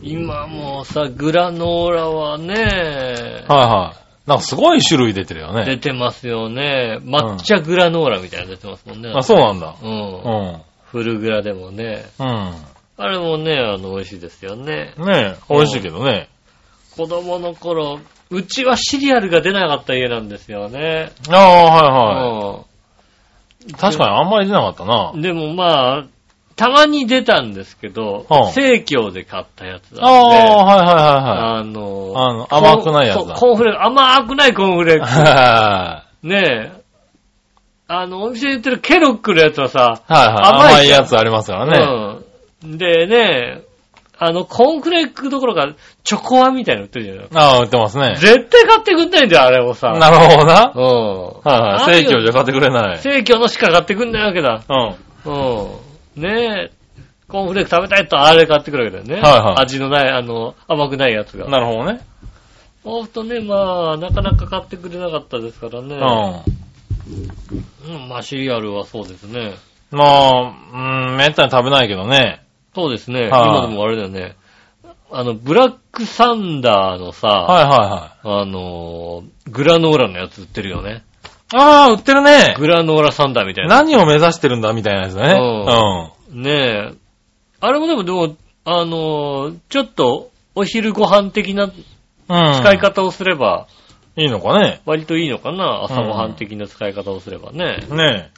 S2: 今もうさ、グラノーラはね、
S3: はいはい。なんかすごい種類出てるよ
S2: 出
S3: ね。
S2: てますよね。抹茶グラノーラみたいなの出てますもんね。
S3: あ、そうなんだ。
S2: う。
S3: うんん。
S2: フルグラでもね。
S3: う
S2: あれもね、あの、美味しいですよね。
S3: ん。ねえ、美味しいけどね。
S2: 子供の頃、うちはシリアルが出なかった家なんですよね。
S3: ああ、はいは。
S2: はい
S3: 確かにあんまり出なかったな。
S2: い。でもまあ、たまに出たんですけど
S3: うん、
S2: 生協で買ったやつなんで、
S3: ああ、はいはいはいはい。
S2: あの、
S3: あの甘くないやつだ
S2: そうコーンフレーク、甘くないコーンフ レーク。
S3: は
S2: ねえ。あの、お店で売ってるケロックのやつはさ、
S3: いはい。
S2: 甘い
S3: 甘いやつありますからね。
S2: うん。でね、あの、コーンフレークどころか、チョコアみたいなの売ってるじゃない
S3: ああ、売ってますね。
S2: 絶対買ってくんないんだよ、あれをさ。
S3: なるほどな。
S2: うん。
S3: はいはい。正教じゃ買ってくれない。
S2: 正教のしか買ってくんないわけだ。
S3: うん。はい
S2: うん。ねえ。コーンフレーク食べたいとあれ買ってくるわけだよね。
S3: はいはい
S2: 味のない、あの、甘くないやつが。
S3: なるほどね。
S2: そうするとね、まあ、なかなか買ってくれなかったですからね。
S3: う
S2: うん、まあシリアルはそうですね。
S3: ん。まあ、うん、めったに食べないけどね。
S2: そうですね。
S3: はい
S2: 今でもあれだよね。あの、ブラックサンダーのさ、
S3: はいはいはい。
S2: あのー、グラノーラのやつ売ってるよね。
S3: ああ、売ってるね。
S2: グラノーラサンダーみたいな。
S3: 何を目指してるんだみたいなやつだね。う。
S2: ねえ。あれもでも、でも、あのー、ちょっと、お昼ご飯的なん
S3: うん。
S2: 使い。方をすれば、
S3: いいのかね。
S2: 割といいのかな、朝ご飯的な使い方をすればね。
S3: ね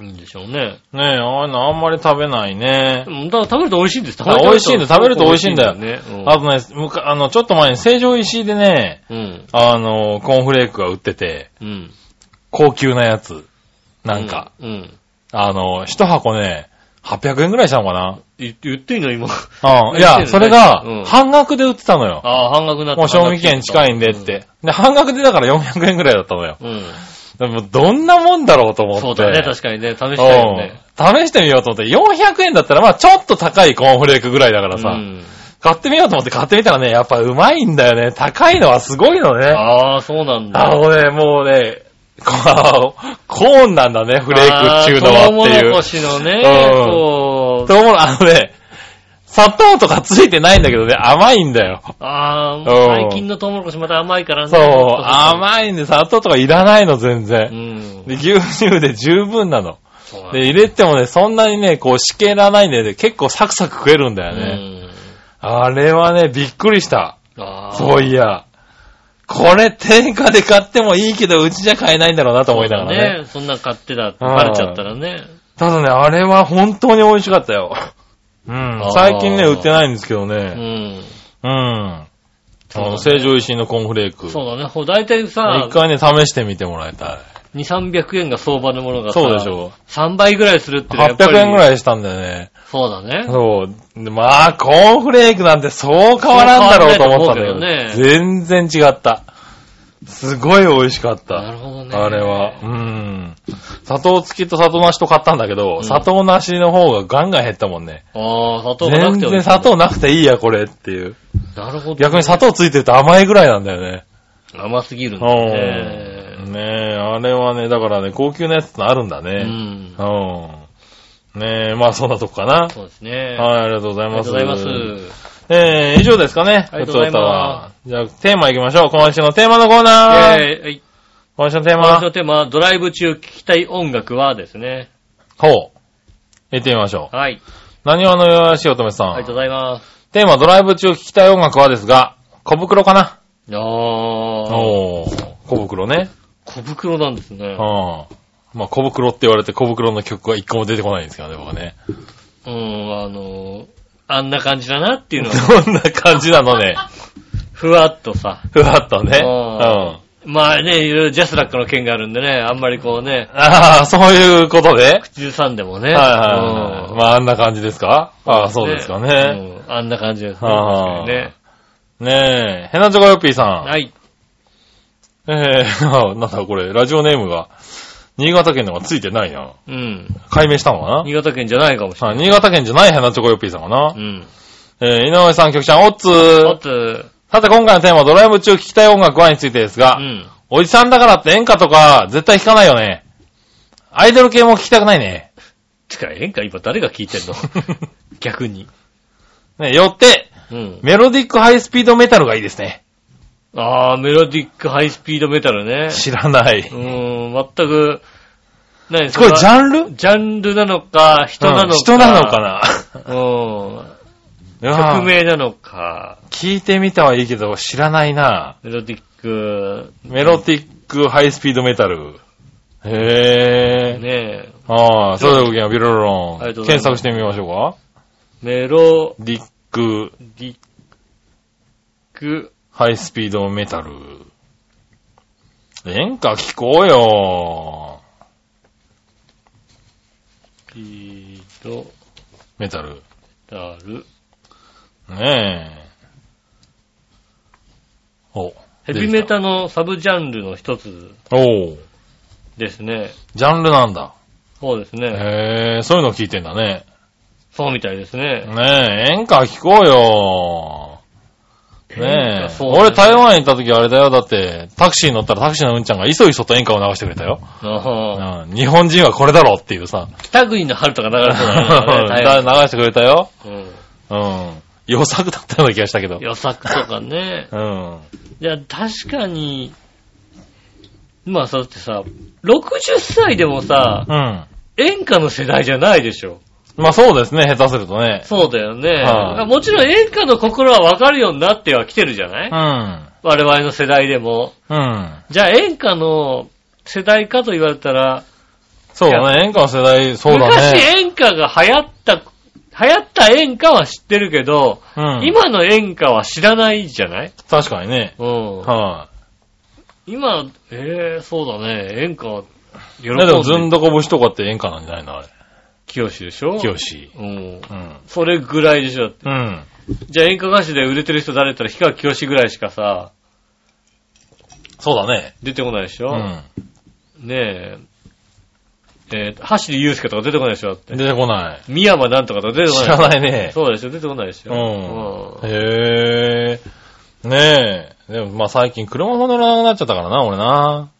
S2: いいんでしょうね。
S3: え。ねえ、ああいうのあんまり食べないね
S2: で。もだから食べると美味しいんです。
S3: あ美味しいんだ食べると美味しいんだよ
S2: ね。うん
S3: あとね、むかあの、ちょっと前に成城石井でね、
S2: うん。
S3: あの、コーンフレークが売ってて、
S2: うん。
S3: 高級なやつ。なんか、
S2: うん。
S3: あの、一箱ね、800円くらいしたのかな。
S2: 言言っていいの今。 言
S3: うん。い
S2: ってる
S3: や、
S2: ね
S3: それが
S2: うん、
S3: 半額で売ってたのよ。
S2: ああ、半額になった。
S3: もう賞味期限近いんでって。で、半額でだから400円くらいだったのよ。
S2: うん。うん。
S3: でも、どんなもんだろうと思って。
S2: そうだよね、確かにね。試したいよね。
S3: うん試してみようと思って、400円だったら、まあちょっと高いコーンフレークぐらいだからさ、
S2: うん
S3: 買ってみようと思って買ってみたらね、やっぱうまいんだよね。高いのはすごいのね。
S2: ああ、そうなんだ。
S3: あのね、もうね、こコーンなんだね、フレークっちゅうの
S2: あートウ
S3: はっ
S2: モ
S3: てい
S2: ロ
S3: う
S2: コ。シのね、
S3: うん
S2: こう、
S3: と思う、あのね、砂糖とかついてないんだけどね、甘いんだよ。
S2: ああ、
S3: うん
S2: 最近のトウモロコシまた甘いからね。
S3: そう、
S2: あ
S3: 甘いんで砂糖とかいらないの、
S2: う
S3: 全然。
S2: ん。
S3: で牛乳で十分なの。
S2: そうなんだ
S3: で、入れてもね、そんなにね、こう、しけらないんでね、結構サクサク食えるんだよね。
S2: うん
S3: あれはね、びっくりした。
S2: あー
S3: そういや。これ、定価で買ってもいいけど、うちじゃ買えないんだろうなと思いながらね。
S2: ね。そんな買ってたってバレちゃったらね。
S3: ただね、あれは本当に美味しかったよ。うん
S2: ー。
S3: 最近ね、売ってないんですけど
S2: う
S3: ね。
S2: ん。
S3: うん。あ
S2: そうだ
S3: の、
S2: ね
S3: 成城石井のコーンフレーク。
S2: そうだね。ほ大体さ
S3: 一、回ね、試してみてもらいた
S2: 2、300円が相場のものが
S3: い。
S2: さ、
S3: そうでしょ。
S2: 3倍ぐらいするってのはやっぱり
S3: 800円ぐらいしたんだよね。
S2: そうだね。
S3: そう。でまあ、コーンフレークなんてそう変わらんだろうと思ったんだけ
S2: そう変わ
S3: ど、
S2: んないと思うけ
S3: 全然違った。すごい美味しかっ
S2: な
S3: た。
S2: るほどね。
S3: あれは。うん。砂糖付きと砂糖なしと買ったんだけ
S2: う
S3: ど、
S2: ん
S3: 砂糖なしの方がガンガン減ったもんね。
S2: ああ、砂糖がなく
S3: 全
S2: ても
S3: 然砂糖なくていいや、これっていう。
S2: なるほどね。
S3: 逆に砂糖ついてると甘いぐらいなんだよね。
S2: 甘すぎるんだね
S3: うん。。ねえ、あれはね、だからね、高級なやつってのあるんだ
S2: う
S3: ね。
S2: ん
S3: う。ん。ねえ、まあそんなとこかな。
S2: そうですね。
S3: はい、ありがとうござい
S2: ありが
S3: ま
S2: と
S3: す。
S2: うございます。
S3: えー、以上ですかね。
S2: ありがとうございま
S3: ふつおたはじゃあ、テーマ行きましょう。今週のテーマのコーナー。
S2: えーはい
S3: 今週のテー
S2: 今週
S3: マ
S2: の。テーマ、ドライブ中聴きたい音楽はですね。
S3: ほう。行ってみましょう。
S2: はい。
S3: 何話のよやしおとめさ。
S2: ありがとうんございます。
S3: テーマ、ドライブ中聴きたい音楽はですが、小袋かな。
S2: あー。
S3: おー。小袋ね。
S2: 小袋なんですね
S3: うん。。まあ、小袋って言われて小袋の曲が一個も出てこないんですけどね、僕はね。
S2: うん、あのー、あんな感じだなっていうの は、
S3: どんな感じなの ね。
S2: ふわっとさ。
S3: ふわっとね。
S2: う
S3: うんん。
S2: まあね、いろいろジャスラックの件があるんでね、あんまりこうね、
S3: ああ、そういうことで。
S2: 13でもね。
S3: はいはいはい。
S2: うん
S3: まあ、あんな感じですかああ、そうですかね。
S2: うんあんな感じですね。確
S3: あー
S2: かにね。
S3: ねえ、ヘナチョコヨッピーさん。
S2: はい。
S3: えー、 あなんだこれ、ラジオネームが、新潟県のがついてないな。
S2: うん。
S3: 解明したのか
S2: 新潟県じゃないかもし
S3: な
S2: れ
S3: あ
S2: ない。
S3: 新潟県じゃないヘナチョコヨッピーさんかな
S2: う、ん。
S3: えー、井上さん、局長、おっつ
S2: あ
S3: ー
S2: と、う
S3: さて今回のテーマ、ドライブ中聴きたい音楽はについてですが、
S2: ん。
S3: おじさんだからって演歌とか、絶対聴かないよね。アイドル系も聴きたくな いね。
S2: つか、演歌今誰が聞いてん の逆に。
S3: ね、よって、
S2: うん。
S3: メロディックハイスピードメタルがいいですね。
S2: あー、メロディックハイスピードメタルね。
S3: 知らない。
S2: うーん、全く、何
S3: これジ
S2: ン
S3: ャンル
S2: ジャンルなのか、人なのか。
S3: うん人なのかな
S2: うん。
S3: あ
S2: 曲名なのか、
S3: 聞いてみたはいいけど、知らないな。
S2: メロディック、
S3: メロティックハイスピードメタル。へぇー。
S2: ねえ、
S3: ああ、それではごきげんようビロロ
S2: あ
S3: ン。
S2: りがとうござい
S3: 検
S2: ます
S3: 索してみましょうか。
S2: メロ
S3: ディック
S2: ディック、
S3: ハイスピードメタル。演歌聞こうよ。
S2: ピード、
S3: メタル。
S2: ダル、
S3: ねえ。お。
S2: ヘビメタのサブジャンルの一つ
S3: おう
S2: ですね。
S3: ジャンルなんだ。
S2: そうですね。
S3: へえ、そういうの聞いてんだね。
S2: そうみたいですね。
S3: ねえ、演歌聞こうよ。ねえ。
S2: そう
S3: 俺台湾行った時あれだよ。だって、タクシーに乗ったらタクシーのうんちゃんがいそいそと演歌を流してくれたよ。
S2: ああ
S3: うん日本人はこれだろっていうさ。
S2: 北国の春とか流れそうだね。台
S3: だ
S2: 湾
S3: 流してくれたよ。
S2: うん
S3: うん。予作だったような気がしたけど。
S2: 予作とかね。
S3: うん。
S2: いや、確かに、まあさ、だってさ、60歳でもさ、
S3: うん。
S2: 演歌の世代じゃないでしょ。
S3: まあそうですね、下手するとね。
S2: そうだよね。
S3: はい
S2: もちろん演歌の心はわかるようになっては来てるじゃない、
S3: うん。
S2: 我々の世代でも。
S3: うん。
S2: じゃあ演歌の世代かと言われたら、
S3: そうだね、演歌の世代、そうだ
S2: 昔
S3: ね。
S2: 演歌が流行った、流行った演歌は知ってるけど、
S3: うん。
S2: 今の演歌は知らないじゃない
S3: 確かにね。
S2: うん。
S3: は
S2: 今、えー、そうだね。演歌、喜
S3: い。
S2: ん
S3: ね
S2: で
S3: でも、ずんどこ節とかって演歌なんじゃないのあれ。
S2: 清志でしょ
S3: 清。し。
S2: うん。
S3: うん。
S2: それぐらいでしょ。だって
S3: うん。
S2: じゃあ演歌歌手で売れてる人誰だったら、氷川清志ぐらいしかさ、
S3: そうだね。
S2: 出てこないでし
S3: う
S2: ょ、
S3: ん。
S2: ねえ。えーと、橋祐介とか出てこないでしょだって。
S3: 出てこない。
S2: 三山なんとかとか出てこない。
S3: 知らないね。
S2: そうでしょ出てこないでし
S3: う
S2: ょ
S3: ん。へえ。ねえ。でも、まあ最近車も乗らなくなっちゃったからな、俺な。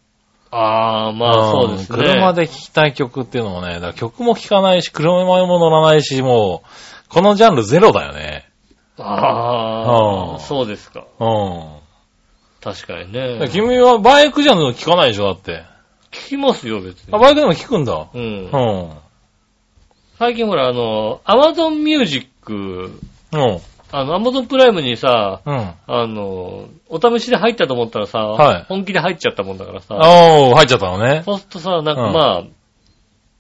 S2: ああ、まあそうですね。
S3: ん車で聴きたい曲っていうのもね、だから曲も聴かないし、車も乗らないし、もう、このジャンルゼロだよね。
S2: あ
S3: う
S2: あ、
S3: ん
S2: そうですか。
S3: うん。
S2: 確かに
S3: だから
S2: ね。聞
S3: 君はバイクじゃんの聞かないでしょ、だって。
S2: きますよ、別に
S3: あ、。バイクでも聞くんだ。
S2: う。
S3: うんん。
S2: 最近ほら、あの、アマゾンミュージック、
S3: うん。
S2: あの、アマゾンプライムにさ、
S3: うん。
S2: あの、お試しで入ったと思ったらさ、
S3: はい
S2: 本気で入っちゃったもんだからさ、
S3: おー、入っちゃったのね。
S2: そうするとさ、なんか
S3: うん
S2: まあ、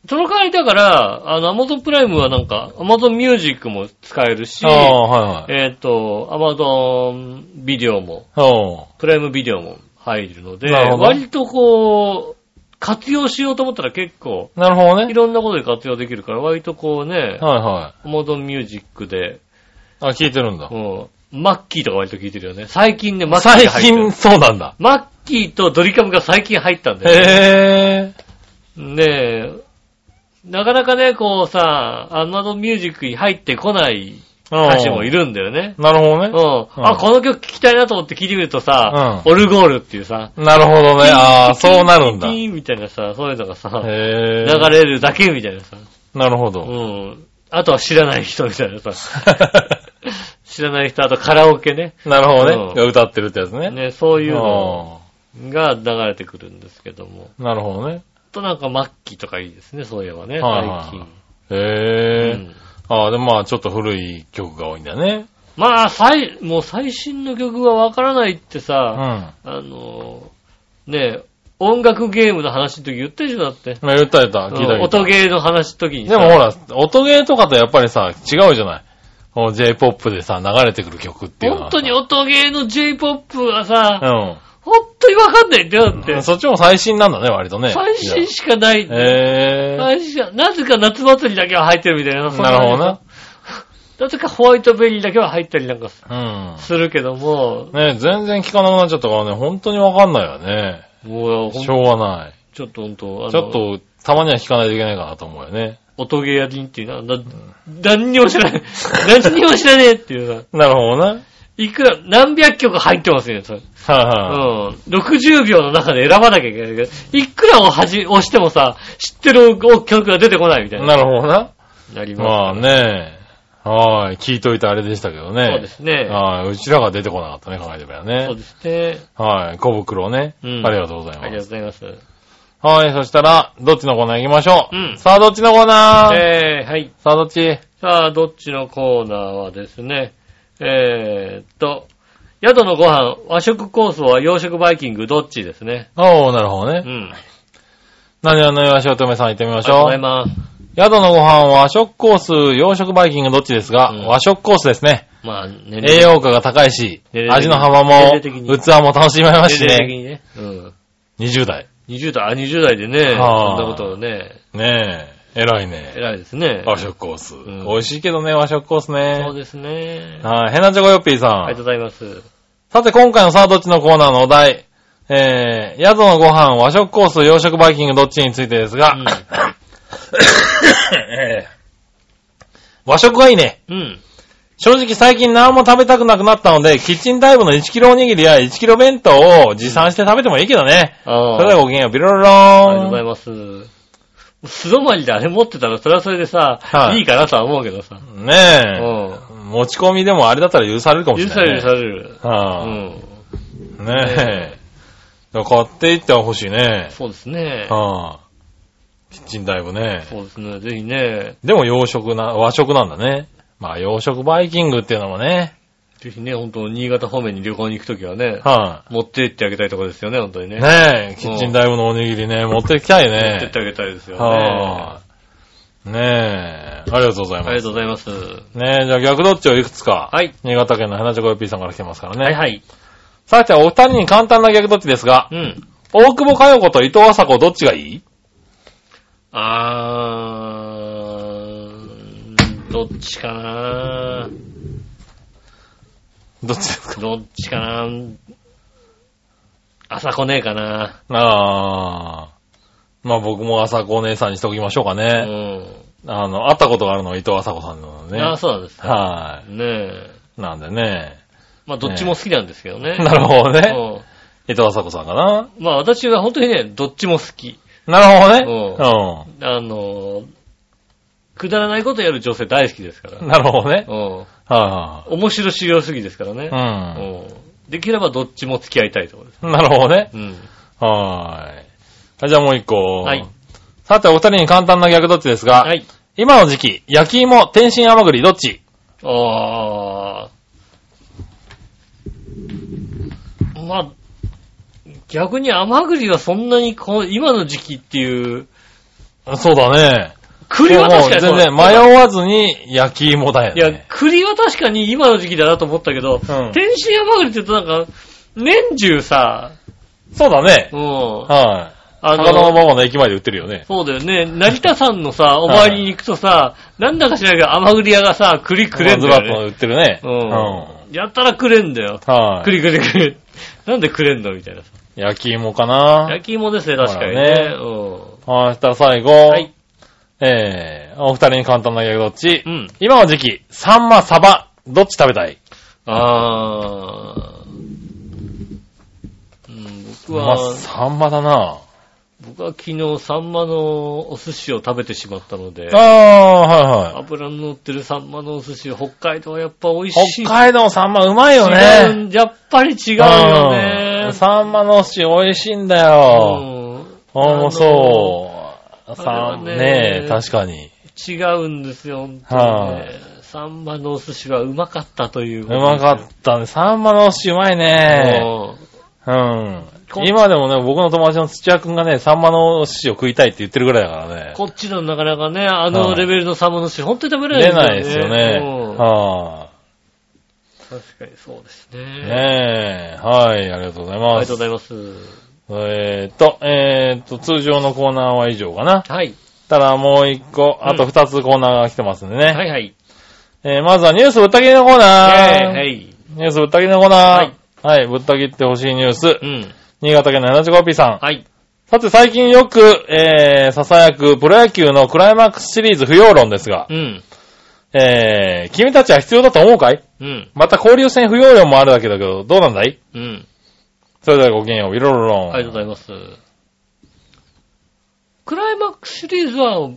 S2: その代わりだから、あの、アマゾンプライムはなんか、アマゾンミュージックも使えるし、
S3: ああ、はいはい。
S2: えっ、と、アマゾンビデオも、
S3: おー。
S2: プライムビデオも入るので、
S3: なるほど
S2: 割とこう、活用しようと思ったら結構、
S3: なるほど
S2: い
S3: ね。
S2: ろんなことで活用できるから、割とこうね、
S3: はいは
S2: アマゾンミュージックで、
S3: い。あ、聞いてるんだ。
S2: うん、マッキーとか割と聞いてるよね。最近ね、マッキー
S3: 最
S2: が入ってる
S3: 近、そうなんだ。
S2: マッキーとドリカムが最近入ったんだよね。
S3: へ
S2: ねえ。なかなかね、こうさ、アマゾンミュージックに入ってこない
S3: ぇー。
S2: 歌手もい
S3: る。
S2: るんだよね。
S3: なるほど
S2: うん。
S3: ね。
S2: あ、この曲聴きたいなと思って聴いてみるとさ、
S3: うん
S2: オルゴールっていうさ、
S3: なるほどね。ああ、そうなるんだ。
S2: ピ
S3: へ
S2: ーンみたいなさ、そういうのがさ、
S3: え。
S2: 流れるだけみたいなさ。
S3: なるほ
S2: う
S3: ど。
S2: ん。あとは知らない人みたいなさ。知らない人、あとカラオケね。
S3: なるほ
S2: う
S3: ど
S2: ん
S3: ね。歌ってるってやつね。
S2: ね、そういうのが
S3: あ
S2: 流れてくるんですけども。
S3: ーなるほどね。
S2: となんかマッキーとかいいですね、そういえばね、
S3: はいはい
S2: 最近。
S3: へ
S2: う
S3: え。
S2: ん
S3: ああ、でもまあちょっと古い曲が多いんだね。
S2: まあ、最、もう最新の曲がわからないって
S3: うん。
S2: さ、
S3: ま
S2: あのー、ねえ、音楽ゲームの話の時言ったでしょ、だって。
S3: あ言った言った。聞いた聞いた
S2: 音ゲーの話の時に
S3: で
S2: さ。
S3: もほら、音ゲーとかとやっぱりさ、違うじゃない。この J-POP でさ、流れてくる曲っていうのは。
S2: 本当に音ゲーの J-POP はさ、
S3: う
S2: 本当にわかんないんだよ、だって
S3: ん。。そっちも最新なんだね、割とね。
S2: 最新しかないんだよ。
S3: へぇ
S2: 最新しかなぜか夏祭りだけは入ってるみたいな。
S3: ー。なるほどな。。
S2: なぜかホワイトベリーだけは入ったりなんか
S3: うん。
S2: するけども、
S3: ね全然聞かなくなっちゃったからね、本当にわかんないよね。
S2: もうほん
S3: しょうがない。
S2: ちょっと本当、あの
S3: ちょっと、たまには聞かないといけないかなと思うよね。
S2: 音ゲーやりんっていうな、な、何にも知ら ない。何にも知らねえっていうさ、
S3: なるほどね。
S2: いくら、何百曲入ってますよ、それ。う
S3: はいはい。
S2: ん。60秒の中で選ばなきゃいけないけど、いくらをはじ、押してもさ、知ってる曲が出てこないみたいな。
S3: なるほどな。
S2: なりま
S3: まあね。はい。聞いといてあれでしたけどね。
S2: す。そうですね。
S3: はい。うちらが出てこなかったね、考えてみればね。
S2: そうですね。
S3: はい。小袋ね。
S2: うん
S3: ありがとうござい
S2: ありが
S3: ま
S2: とう
S3: す。
S2: ございます。
S3: はい。そしたら、どっちのコーナー行きましょう。
S2: うん
S3: さあ、どっちのコーナー、
S2: えー、はい。
S3: さあ、どっち
S2: さあ、どっちのコーナーはですね、えー、っと、宿のご飯、和食コースは洋食バイキング、どっちですね。
S3: おー、なるほど
S2: う
S3: ね。
S2: ん。
S3: 何をのよしおとめさん行ってみま
S2: ありが
S3: し
S2: とう
S3: ょ。
S2: ございうます。
S3: 宿のご飯は和食コース、洋食バイキングどっちですが、
S2: うん
S3: 和食コースですね。
S2: まあ、年
S3: 栄養価が高いし
S2: 年齢的、に
S3: 味の幅
S2: 年
S3: も、
S2: 齢的に
S3: 器も楽しめますし
S2: 年齢的
S3: ね。
S2: にね。うん。
S3: 20代。
S2: 20代、あ、20代でね、そん
S3: はあ
S2: なことをね、
S3: ねえ。偉いね。
S2: 偉いですね。
S3: 和食コース。
S2: ん
S3: 美味しいけどね、和食コース
S2: そう
S3: ね。
S2: ですね。あ
S3: はい。ヘナチョコヨッピーさ。
S2: りがとうんございます。
S3: さて、今回のさあどっちのコーナーのお題。えー、宿のご飯、和食コース、洋食バイキングどっちについてですが、 えー和食がいいね。
S2: うん。うん。
S3: 正直最近何も食べたくなくなったので、キッチンタイプの1キロおにぎりや1キロ弁当を持参して食べてもいいけどね。
S2: ああ。
S3: それではごきげんよう、ビロロロ
S2: ありがとうござ
S3: ー
S2: い
S3: ン。
S2: ます。素泊まりであれ持ってたら、それはそれでさ、、
S3: はいい
S2: いかなとは思うけどさ。うん。
S3: ねえ。持ち込みでもあれだったら許されるかもし
S2: 許
S3: れ
S2: さ
S3: ない、
S2: れ
S3: ね。
S2: る、許される。う
S3: は
S2: ん。
S3: あ、ねえ。だから買っていってほしいね。
S2: そうですね。
S3: はあ、キッチンタイプね。
S2: そうですね。ぜひね、
S3: でも洋食な、和食なんだね。まあ洋食バイキングっていうのもね。
S2: ぜひね、本当新潟方面に旅行に行くときはね、
S3: は
S2: 持って行ってあげたいところですよね、本当に
S3: い、
S2: ね。
S3: ねえ、キッチンタイプのおにぎりね、持ってきたい
S2: 持って行
S3: ね
S2: って。あげたいですよね。
S3: はぁ、ねえ、ありがとうござい
S2: あり
S3: ま
S2: が
S3: す。
S2: とうございます。
S3: ねえ、じゃあ逆どっちをいくつか。
S2: はい。
S3: 新潟県の花チョコヨッピーさんから来てますからね。
S2: はいはい。
S3: さて、お二人に簡単な逆どっちですが、
S2: うん。
S3: 大久保佳代子と伊藤麻子どっちがいい
S2: あー、どっちかな
S3: どっちですか
S2: どっちかな朝来ねえかな
S3: あー。まあ僕も麻子お姉さんにしておきましょうか
S2: う
S3: ね。
S2: ん。
S3: あの、会ったことがあるのは伊藤麻子さんなのでね。
S2: ああ、そうなんです。
S3: は
S2: ねえ。
S3: い。なんでね。
S2: まあ、どっちも好きなんですけどね。
S3: なるほどね。
S2: どね。
S3: 伊藤麻子さんかな。
S2: まあ、私は本当にね、どっちも好き。
S3: なる
S2: うん
S3: ほどね。
S2: あの、くだらないことやる女性大好きですから
S3: うん。。なるほどね。
S2: うん。
S3: は
S2: 面白しよすぎですからね
S3: い、はい。
S2: う
S3: うん。
S2: ん。できればどっちも付き合いたいところです。
S3: なるほどね。
S2: うん。
S3: はーい。じゃあもう一個。
S2: はい。
S3: さて、お二人に簡単な逆どっちですが、
S2: はい。
S3: 今の時期、焼き芋、天津甘栗、どっち
S2: ああ。まあ、逆に甘栗はそんなにこう、今の時期っていう、
S3: そうだね。
S2: 栗は確かに
S3: もう全然迷
S2: う。
S3: わずに焼き芋だよ
S2: いや
S3: ね、。
S2: 栗は確かに今の時期だなと思ったけど、
S3: ん
S2: 天津甘栗って言うとなんか、年中さ、
S3: そうだね
S2: う。ん。
S3: は
S2: あ
S3: い。高田馬場の駅前で売ってるよね。
S2: そうだよね。成田さんのさ、お参りに行くとさ、なんだか知らんけど、甘栗屋がさ、栗くれん
S3: ズ
S2: だ
S3: バッと
S2: よね。
S3: 売ってるね。
S2: うん。やったらくれんだよ。
S3: うん。はい。
S2: 栗くれくれ。なんでくれんのみたいなさ。
S3: 焼き芋かな
S2: 焼き芋ですね、確かにね。
S3: ほらね
S2: う
S3: はい、そしたら最後。
S2: ん。はい。
S3: えー、お二人に簡単な逆どっち、
S2: うん。
S3: 今の時期、サンマ、サバ、どっち食べたい
S2: あー。うん、僕
S3: ま
S2: は、
S3: あ、サンマだな
S2: 僕は昨日、サンマのお寿司を食べてしまったので
S3: あ、あ、はいはい。
S2: 油の乗ってるサンマのお寿司、北海道はやっぱ美味しい。
S3: 北海道サンマうまいよ
S2: 違
S3: ね。
S2: うやっぱり違うよ
S3: うん
S2: ね。
S3: サンマのお寿司美味しいんだよ。
S2: うん
S3: ああ、そう。
S2: あ
S3: サ
S2: れは
S3: ン、
S2: ね
S3: ねえ、確かに。
S2: 違うんですよ、本当に
S3: は
S2: ね。サンマのお寿司はうまかったという
S3: う
S2: ことですよ。
S3: まかったね。サンマのお寿司うまいね。
S2: うん
S3: うん
S2: こ。
S3: 今でもね、僕の友達の土屋くんがね、サンマのお寿司を食いたいって言ってるぐらいだからね。
S2: こっちのなかなかね、あのレベルのサンマのお寿司、本当に食べられ
S3: 出
S2: な
S3: ないい
S2: ん
S3: で
S2: だ
S3: すよね。
S2: うん
S3: は
S2: 確かにそうです
S3: い。
S2: ね。
S3: ねえ。はい、ありがとうござい
S2: あり
S3: ま
S2: がと
S3: す
S2: うご。ざいます。
S3: えーっと、えーっと、通常のコーナーは以上かな。
S2: はい。
S3: ただもう一個、あと二つコーナーが来てますんでね。
S2: はいはい。
S3: えー、まずはニュースぶった切りのコー
S2: はい
S3: ナー。
S2: はい。
S3: ニュースぶった切りのコーナー。はい。ぶった切ってほしいニュース
S2: う。ん。
S3: 新潟県の 75P さん。
S2: はい。
S3: さて最近よく、えー、ささやくプロ野球のクライマックスシリーズ不要論ですが、
S2: うん。
S3: えー、君たちは必要だと思うかい
S2: うん。
S3: また交流戦不要論もあるだけだけど、どうなんだい
S2: うん。
S3: それではごきげんよう、いろろろん。
S2: ありがとうございます。クライマックスシリーズは、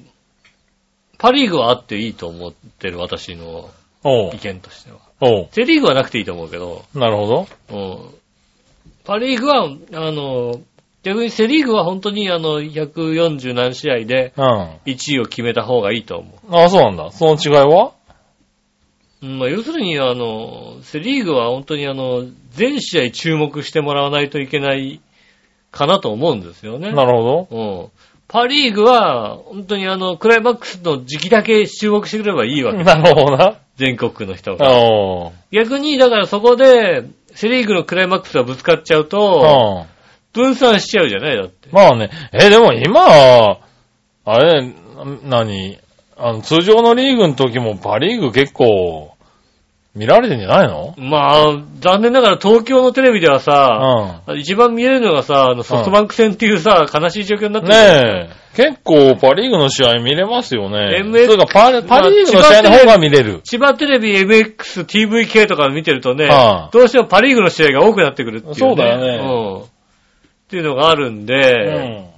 S2: パリーグはあっていいと思ってる私の
S3: おう
S2: 意見としては。
S3: お
S2: セリーグはなくていいと思うけど、
S3: うなるほど。
S2: うんパリーグは、あの、逆にセリーグは本当にあの、140何試合で
S3: うん。あ
S2: 1位を決めた方がいいと思う。
S3: あ、そうなんだ。その違いは
S2: うんまあ、要するに、あの、セリーグは本当にあの、全試合注目してもらわないといけないかなと思うんですよね。
S3: なるほど。
S2: うん。パリーグは、本当にあの、クライマックスの時期だけ注目してくればいいわけ。
S3: なるほどな。
S2: 全国区の人が。
S3: おー
S2: 逆に、だからそこで、セリーグのクライマックスがぶつかっちゃうと、
S3: うん。
S2: 分散しちゃうじゃないだって。
S3: まあね、え、でも今、あれ、なに、あの、通常のリーグの時もパリーグ結構、見られてんじゃないの
S2: まあ、残念ながら東京のテレビではさ、一番見えるのがさ、あのソフトバンク戦っていうさ、悲しい状況になっ
S3: うん。
S2: てるじゃないですか
S3: ねえ、結構パリーグの試合見れますよね。
S2: MX
S3: そうかパリ、パリーグの試合の方が見れる。
S2: 千葉テレビ MX、TVK とか見てるとね、
S3: はあ
S2: どうしてもパリーグの試合が多くなってくるっていう、ね。
S3: そうだよ
S2: ね。うん。っていうのがあるんで、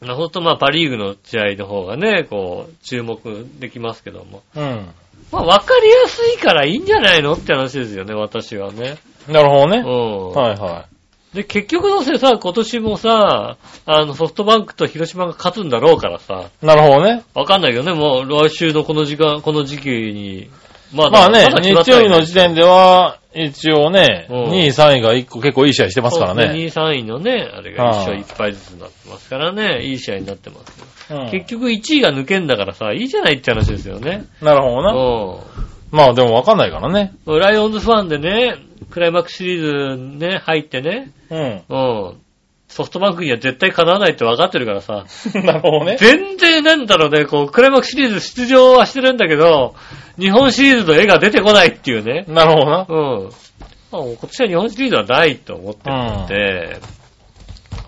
S2: なほんとまあパリーグの試合の方がね、こう、注目できますけども。
S3: うん。うん。
S2: まあわかりやすいからいいんじゃないのって話ですよね、私はね。
S3: なるほど
S2: う
S3: ね。
S2: ん。
S3: はいは
S2: で、結局どうせさ、今年もさ、あの、ソフトバンクと広島が勝つんだろうからさ、
S3: い。なるほどね。
S2: わかんないけどね、もう来週のこの時間、この時期に、ま
S3: まあね、日
S2: 決まってな
S3: 曜
S2: い
S3: 日の時点では、一応ね、
S2: うん
S3: 2位、3位が一個結構いい試合してますか
S2: そ
S3: ら
S2: う
S3: ね。
S2: です2位、3位のね、あれが
S3: は
S2: 一
S3: い
S2: 勝一敗ずつになってますからね、いい試合になってますよ。
S3: うん
S2: 結局1位が抜けんだからさ、いいじゃないって話ですよね。
S3: なるほど
S2: う
S3: な。まあでもわかんないからね。
S2: ん。ライオンズファンでね、クライマックスシリーズね、入ってね、
S3: うん。
S2: うん。 ソフトバンクには絶対叶わないって分かってるからさ、
S3: なるほどね。
S2: 全然なんだろうね、こう、クライマックスシリーズ出場はしてるんだけど、日本シリーズの絵が出てこないっていうね。
S3: なるほどな。
S2: うん。まあ、今年は日本シリーズはないと思ってるので、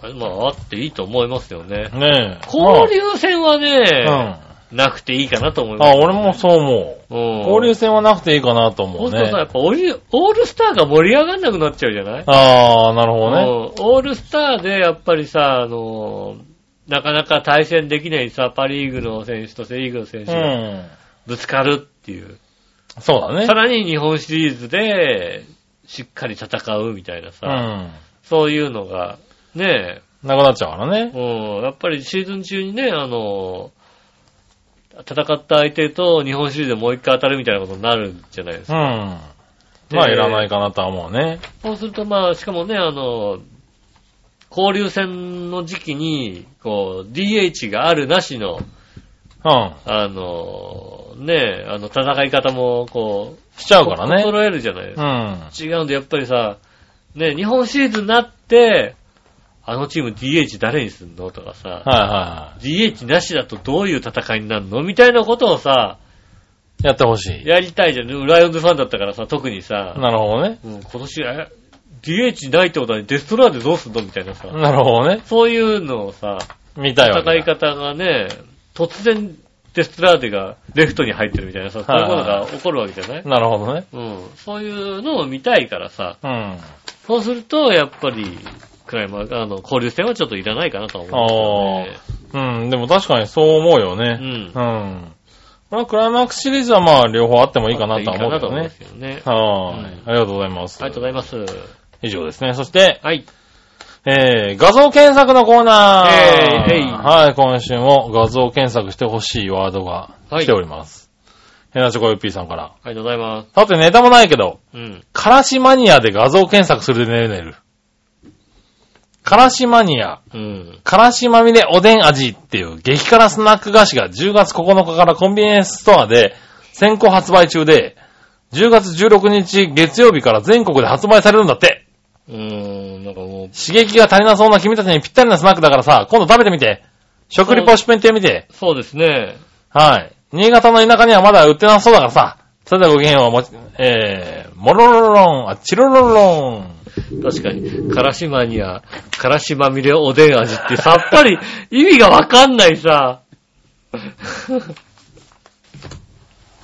S2: あれまあ、あっていいと思いますよね。
S3: ねえ。
S2: 交流戦は
S3: う
S2: ね
S3: ん。、あ、
S2: なくていいかなと思います。
S3: 俺もそう思う。
S2: うん、
S3: 交流戦はなくていいかなと思
S2: ほ
S3: うん
S2: とさ、や
S3: ね
S2: っ。ぱオリオールスターが盛り上がんなくなっちゃうじゃない
S3: ああ、なるほど
S2: う
S3: ね。
S2: んオールスターでやっぱりさ、あのー、なかなか対戦できないさ、パリーグの選手とセリーグの選手
S3: う
S2: が
S3: ん。
S2: ぶつかるっていう。
S3: そうだね
S2: さ。らに日本シリーズでしっかり戦うみたいな
S3: う
S2: さ、
S3: ん。
S2: そういうのが、ね
S3: なくなっちゃうからね
S2: え、。うん、やっぱりシーズン中にね、あの、戦った相手と日本シリーズでもう一回当たるみたいなことになるんじゃないです
S3: う
S2: か。
S3: ん。まあ、いらないかなとは思うね。
S2: そうするとまあ、しかもね、あの、交流戦の時期に、こう、DH があるなしの、
S3: うん。
S2: あの、ねえ、あの、戦い方も、こう、
S3: しちゃうからね。
S2: 揃えるじゃないですか
S3: うん。
S2: 違うんで、やっぱりさ、ね、日本シリーズになって、あのチーム DH 誰にすんのとかさ、
S3: はいは
S2: DH なしだとどういう戦いになるのみたいなことをさ、
S3: い。やってほしい。
S2: やりたいじゃん。ライオンズファンだったからさ、特にさ、
S3: なるほどね。
S2: うん、今年、え DH ないってことはデストラーでどうすんのみたいなさ、
S3: なるほどね。
S2: そういうのをさ、
S3: 見たいわけだ
S2: 戦い方がね、突然デストラーデがレフトに入ってるみたいなさ、そういうことが起こるわけじゃない
S3: なるほどね。
S2: うん、そういうのを見たいからさ、
S3: うん。
S2: そうすると、やっぱり、クライマー、あの、交流戦はちょっといらないかなとは思うんです
S3: うん、でも確かにそう思うよ
S2: よ
S3: ね。
S2: ね。
S3: うん。これはクライマックスシリーズはまあ、両方あっても
S2: うん。
S3: いいかなとは思うけど
S2: いいかなと思うんで
S3: ね
S2: す。よね。あ
S3: はー
S2: う
S3: い、
S2: ん
S3: ありがとうございます。
S2: りがとうございます。
S3: 以上ですね。そして、
S2: はい。
S3: えー、画像検索のコーナー。
S2: えーえい
S3: はい、今週も画像検索してほしいワードが来ております。ヘナチョコヨッピーさんから。
S2: ありがとうございます。
S3: さて、ネタもないけど、
S2: うん。
S3: からしマニアで画像検索するでねるねる。からしマニア、
S2: うん。
S3: からしまみれおでん味っていう激辛スナック菓子が10月9日からコンビニエンスストアで先行発売中で、10月16日月曜日から全国で発売されるんだって。
S2: うーん、なんかもう、
S3: 刺激が足りなそうな君たちにぴったりなスナックだからさ、今度食べてみて。食リポシュペンてみて。
S2: そうですね。
S3: はい。新潟の田舎にはまだ売ってなそうだからさ。それではご機嫌をもち、えー、もろろろろん、あ、チロロロロン。
S2: 確かに、からしマニア、からしまみれおでん味ってさっぱり意味がわかんないさ。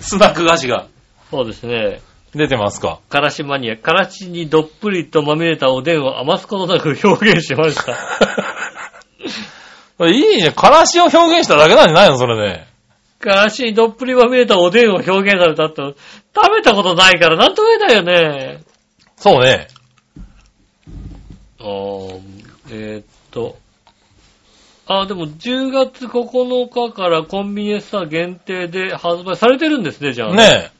S3: スナック菓子が。
S2: そうですね。
S3: 出てますか。
S2: からしマニア、からしにどっぷりとまみれたおでんを余すことなく表現しました。
S3: いいじゃん。からしを表現しただけなんじゃないのそれで。
S2: からしにどっぷりまみれたおでんを表現されたって、食べたことないからなんとも言えないよね。
S3: そうね。
S2: あーえーっと。あ、でも10月9日からコンビニエンスストア限定で発売されてるんですね、じゃあ。。
S3: ね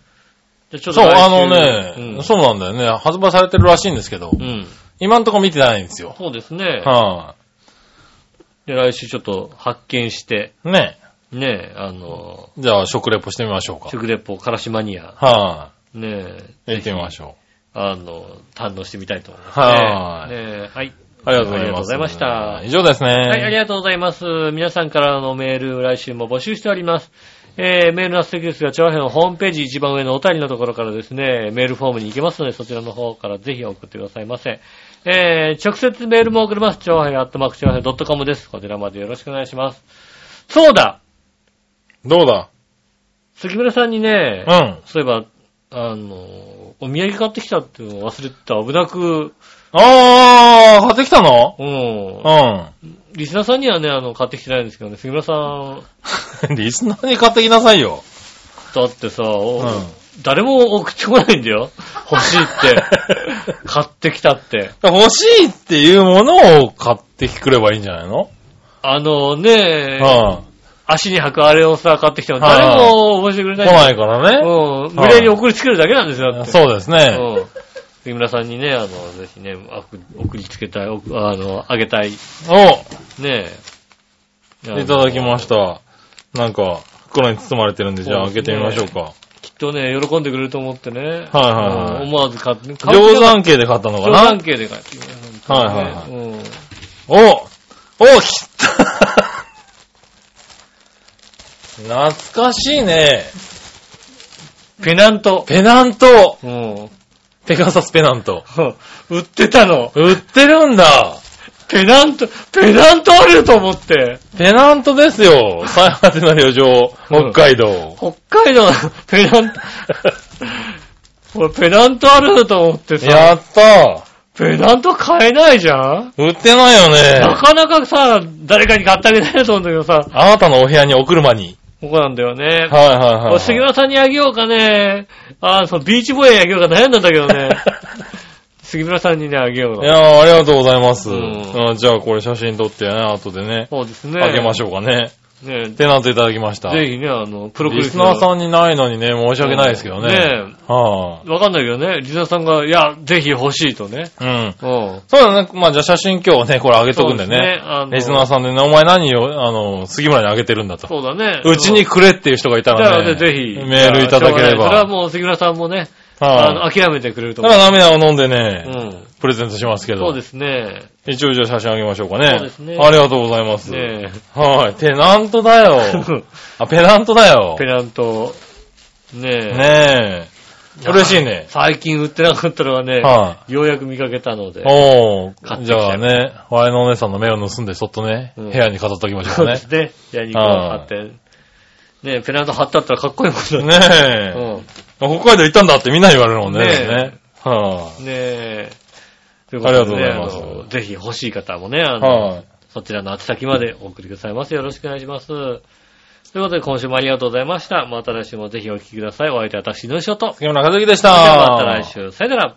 S2: じゃあちょっと
S3: え。そう、
S2: 来週
S3: あのね、
S2: うん、
S3: そうなんだよね。発売されてるらしいんですけど、
S2: うん。
S3: 今んとこ見てないんですよ。
S2: そうですね。
S3: は
S2: で、来週ちょっと発見して、
S3: い、ね
S2: ねえ、あの、
S3: え。じゃあ、食レポしてみましょうか。
S2: 食レポ、からしマニア、
S3: は
S2: ね
S3: い、
S2: え、
S3: 行ってみましょう。
S2: あの、堪能してみたいと思います、ね。
S3: はい
S2: ねえはい。
S3: ありがとう
S2: ありがと
S3: ございます。
S2: うございました
S3: 以上ですね。
S2: はい、ありがとうございます。皆さんからのメール、来週も募集しております。えー、メールの素敵ですが、長編のホームページ一番上のお便りのところからですね、メールフォームに行けますので、そちらの方からぜひ送ってくださいませ。えー、直接メールも送れます。長編アットマーク長編 .com です。こちらまでよろしくお願いします。そうだ
S3: どうだ
S2: 杉村さんにね、
S3: うん。
S2: そういえば、あの、お土産買ってきたっていうのを忘れてた。危なく、
S3: あー、買ってきたの
S2: うん。
S3: う
S2: リスナーさんにはね、あの、買ってきてないんですけどね、杉村さん、
S3: ん。リスナーに買ってきなさいよ。
S2: だってさ、お
S3: うん
S2: 誰も送ってこないんだ よ。欲しいって。買ってきたって。
S3: 欲しいっていうものを買ってくればいいんじゃないの
S2: あのね、
S3: うん。
S2: 足に履くあれをさ、買ってきても
S3: はい
S2: 誰も応募してくれ
S3: 来
S2: ない。
S3: ないからね。
S2: うん。無理やり送りつけるだけなんですよ、だって。
S3: そうですね。
S2: うん。杉村さんにね、あの、ぜひね、あ送りつけたい、おあの、あげたい、
S3: お
S2: ねえ。
S3: いただきました。なんか、袋に包まれてるんで、じゃあ
S2: そうで
S3: 開け
S2: す
S3: て
S2: ね
S3: みましょうか。
S2: きっとね、喜んでくれると思ってね。はい
S3: はいはい
S2: 思わず買って、買う
S3: 定山系で買ったのか
S2: 冗談
S3: な
S2: 系で買ってきました。
S3: はいはいはい
S2: うん。
S3: おお来た 懐かしいね。
S2: ペナント。
S3: ペナント。
S2: うん。
S3: ペガサスペナント。
S2: 売ってたの。
S3: 売ってるんだ。
S2: ペナント、ペナントあると思って。
S3: ペナントですよ。再発の旅情、
S2: うん
S3: 北海道。
S2: 北海 道のペナント、俺ペナントあると思ってさ、
S3: やった
S2: ペナント買えないじゃん
S3: 売ってないよ
S2: な
S3: ね。
S2: かなかさ、誰かに買ってあげないと思うんだけどさ、
S3: あなたのお部屋に送る間に。
S2: ここなんだよね。
S3: はいはいはいはい。
S2: 杉村さんにあげようかね、あーそう、ビーチボーイにあげようか悩んだんだけど ね、杉村さんにね、あげよう
S3: い
S2: かな。
S3: やー、ありがとうございます。
S2: うん
S3: あじゃあこれ写真撮ってね、後でね、
S2: そうですね。
S3: あげまし
S2: ょ
S3: ょうかね。
S2: う。ね
S3: ペナントいただきました。
S2: ぜひね、あの、プロク
S3: リスナー
S2: ん
S3: さんにないのにね、申し訳ないですけどね。
S2: ね
S3: は
S2: わかんないけどね、リスナーさんが、いや、ぜひ欲しいとね。
S3: あ、うん。
S2: うん。
S3: そうだね。まあじゃあ写真今日ね、これあげとくんで
S2: そうですね
S3: ね。
S2: あの
S3: リスナーさんでね、お前何を、あの、杉村にあげてるんだと。
S2: そうだね。
S3: うちに
S2: じ
S3: くれっていう人がいた
S2: ゃあ
S3: ら
S2: ね、
S3: ね、
S2: ぜひ。
S3: メールいた
S2: じゃあしょ
S3: だけれ
S2: うがないそれは
S3: ば。
S2: もう杉村さんもね、あ
S3: は
S2: の、
S3: い。
S2: 諦めてくれると
S3: だか
S2: 思う。
S3: ら涙を飲んでね、
S2: うん。
S3: プレゼントしますけど。
S2: そうですね。
S3: 一応じゃあ写真あげましょうかね。
S2: そうですね
S3: ありがとうございます。
S2: ね
S3: はい。ペナントだよ。
S2: え。
S3: あ、ペナントだよ
S2: ペ。ナント。ねえ。
S3: ねえ。嬉しいね。
S2: 最近売ってなかったのはね、
S3: は
S2: ようやく見かけたので
S3: い。。お
S2: 買って
S3: ー。
S2: き
S3: じ
S2: ちゃう
S3: ゃあね、我のお姉さんの目を盗んで、そっとね、
S2: う
S3: 部
S2: ん
S3: 屋に飾っときましょ
S2: そううで
S3: ね
S2: す。ね。ヤニコ貼って。ねえ、ペナント貼ってあったらかっこいいもんだね。
S3: ね
S2: うん。
S3: え。北海道行ったんだってみんなに言われるもんね。
S2: ねえ
S3: ねは
S2: ねえ。あり
S3: ありがとうございます
S2: ぜひ欲しい方もね、あ
S3: い。
S2: の、
S3: はい。
S2: そちらの宛先までお送りくださいませ。よろしくお願いします。ということで、今週もありがとうございました。また来週もぜひお聞きください。お相手は私、井上翔と。
S3: 杉村和樹でし
S2: それでは
S3: た。
S2: また来週。さよなら。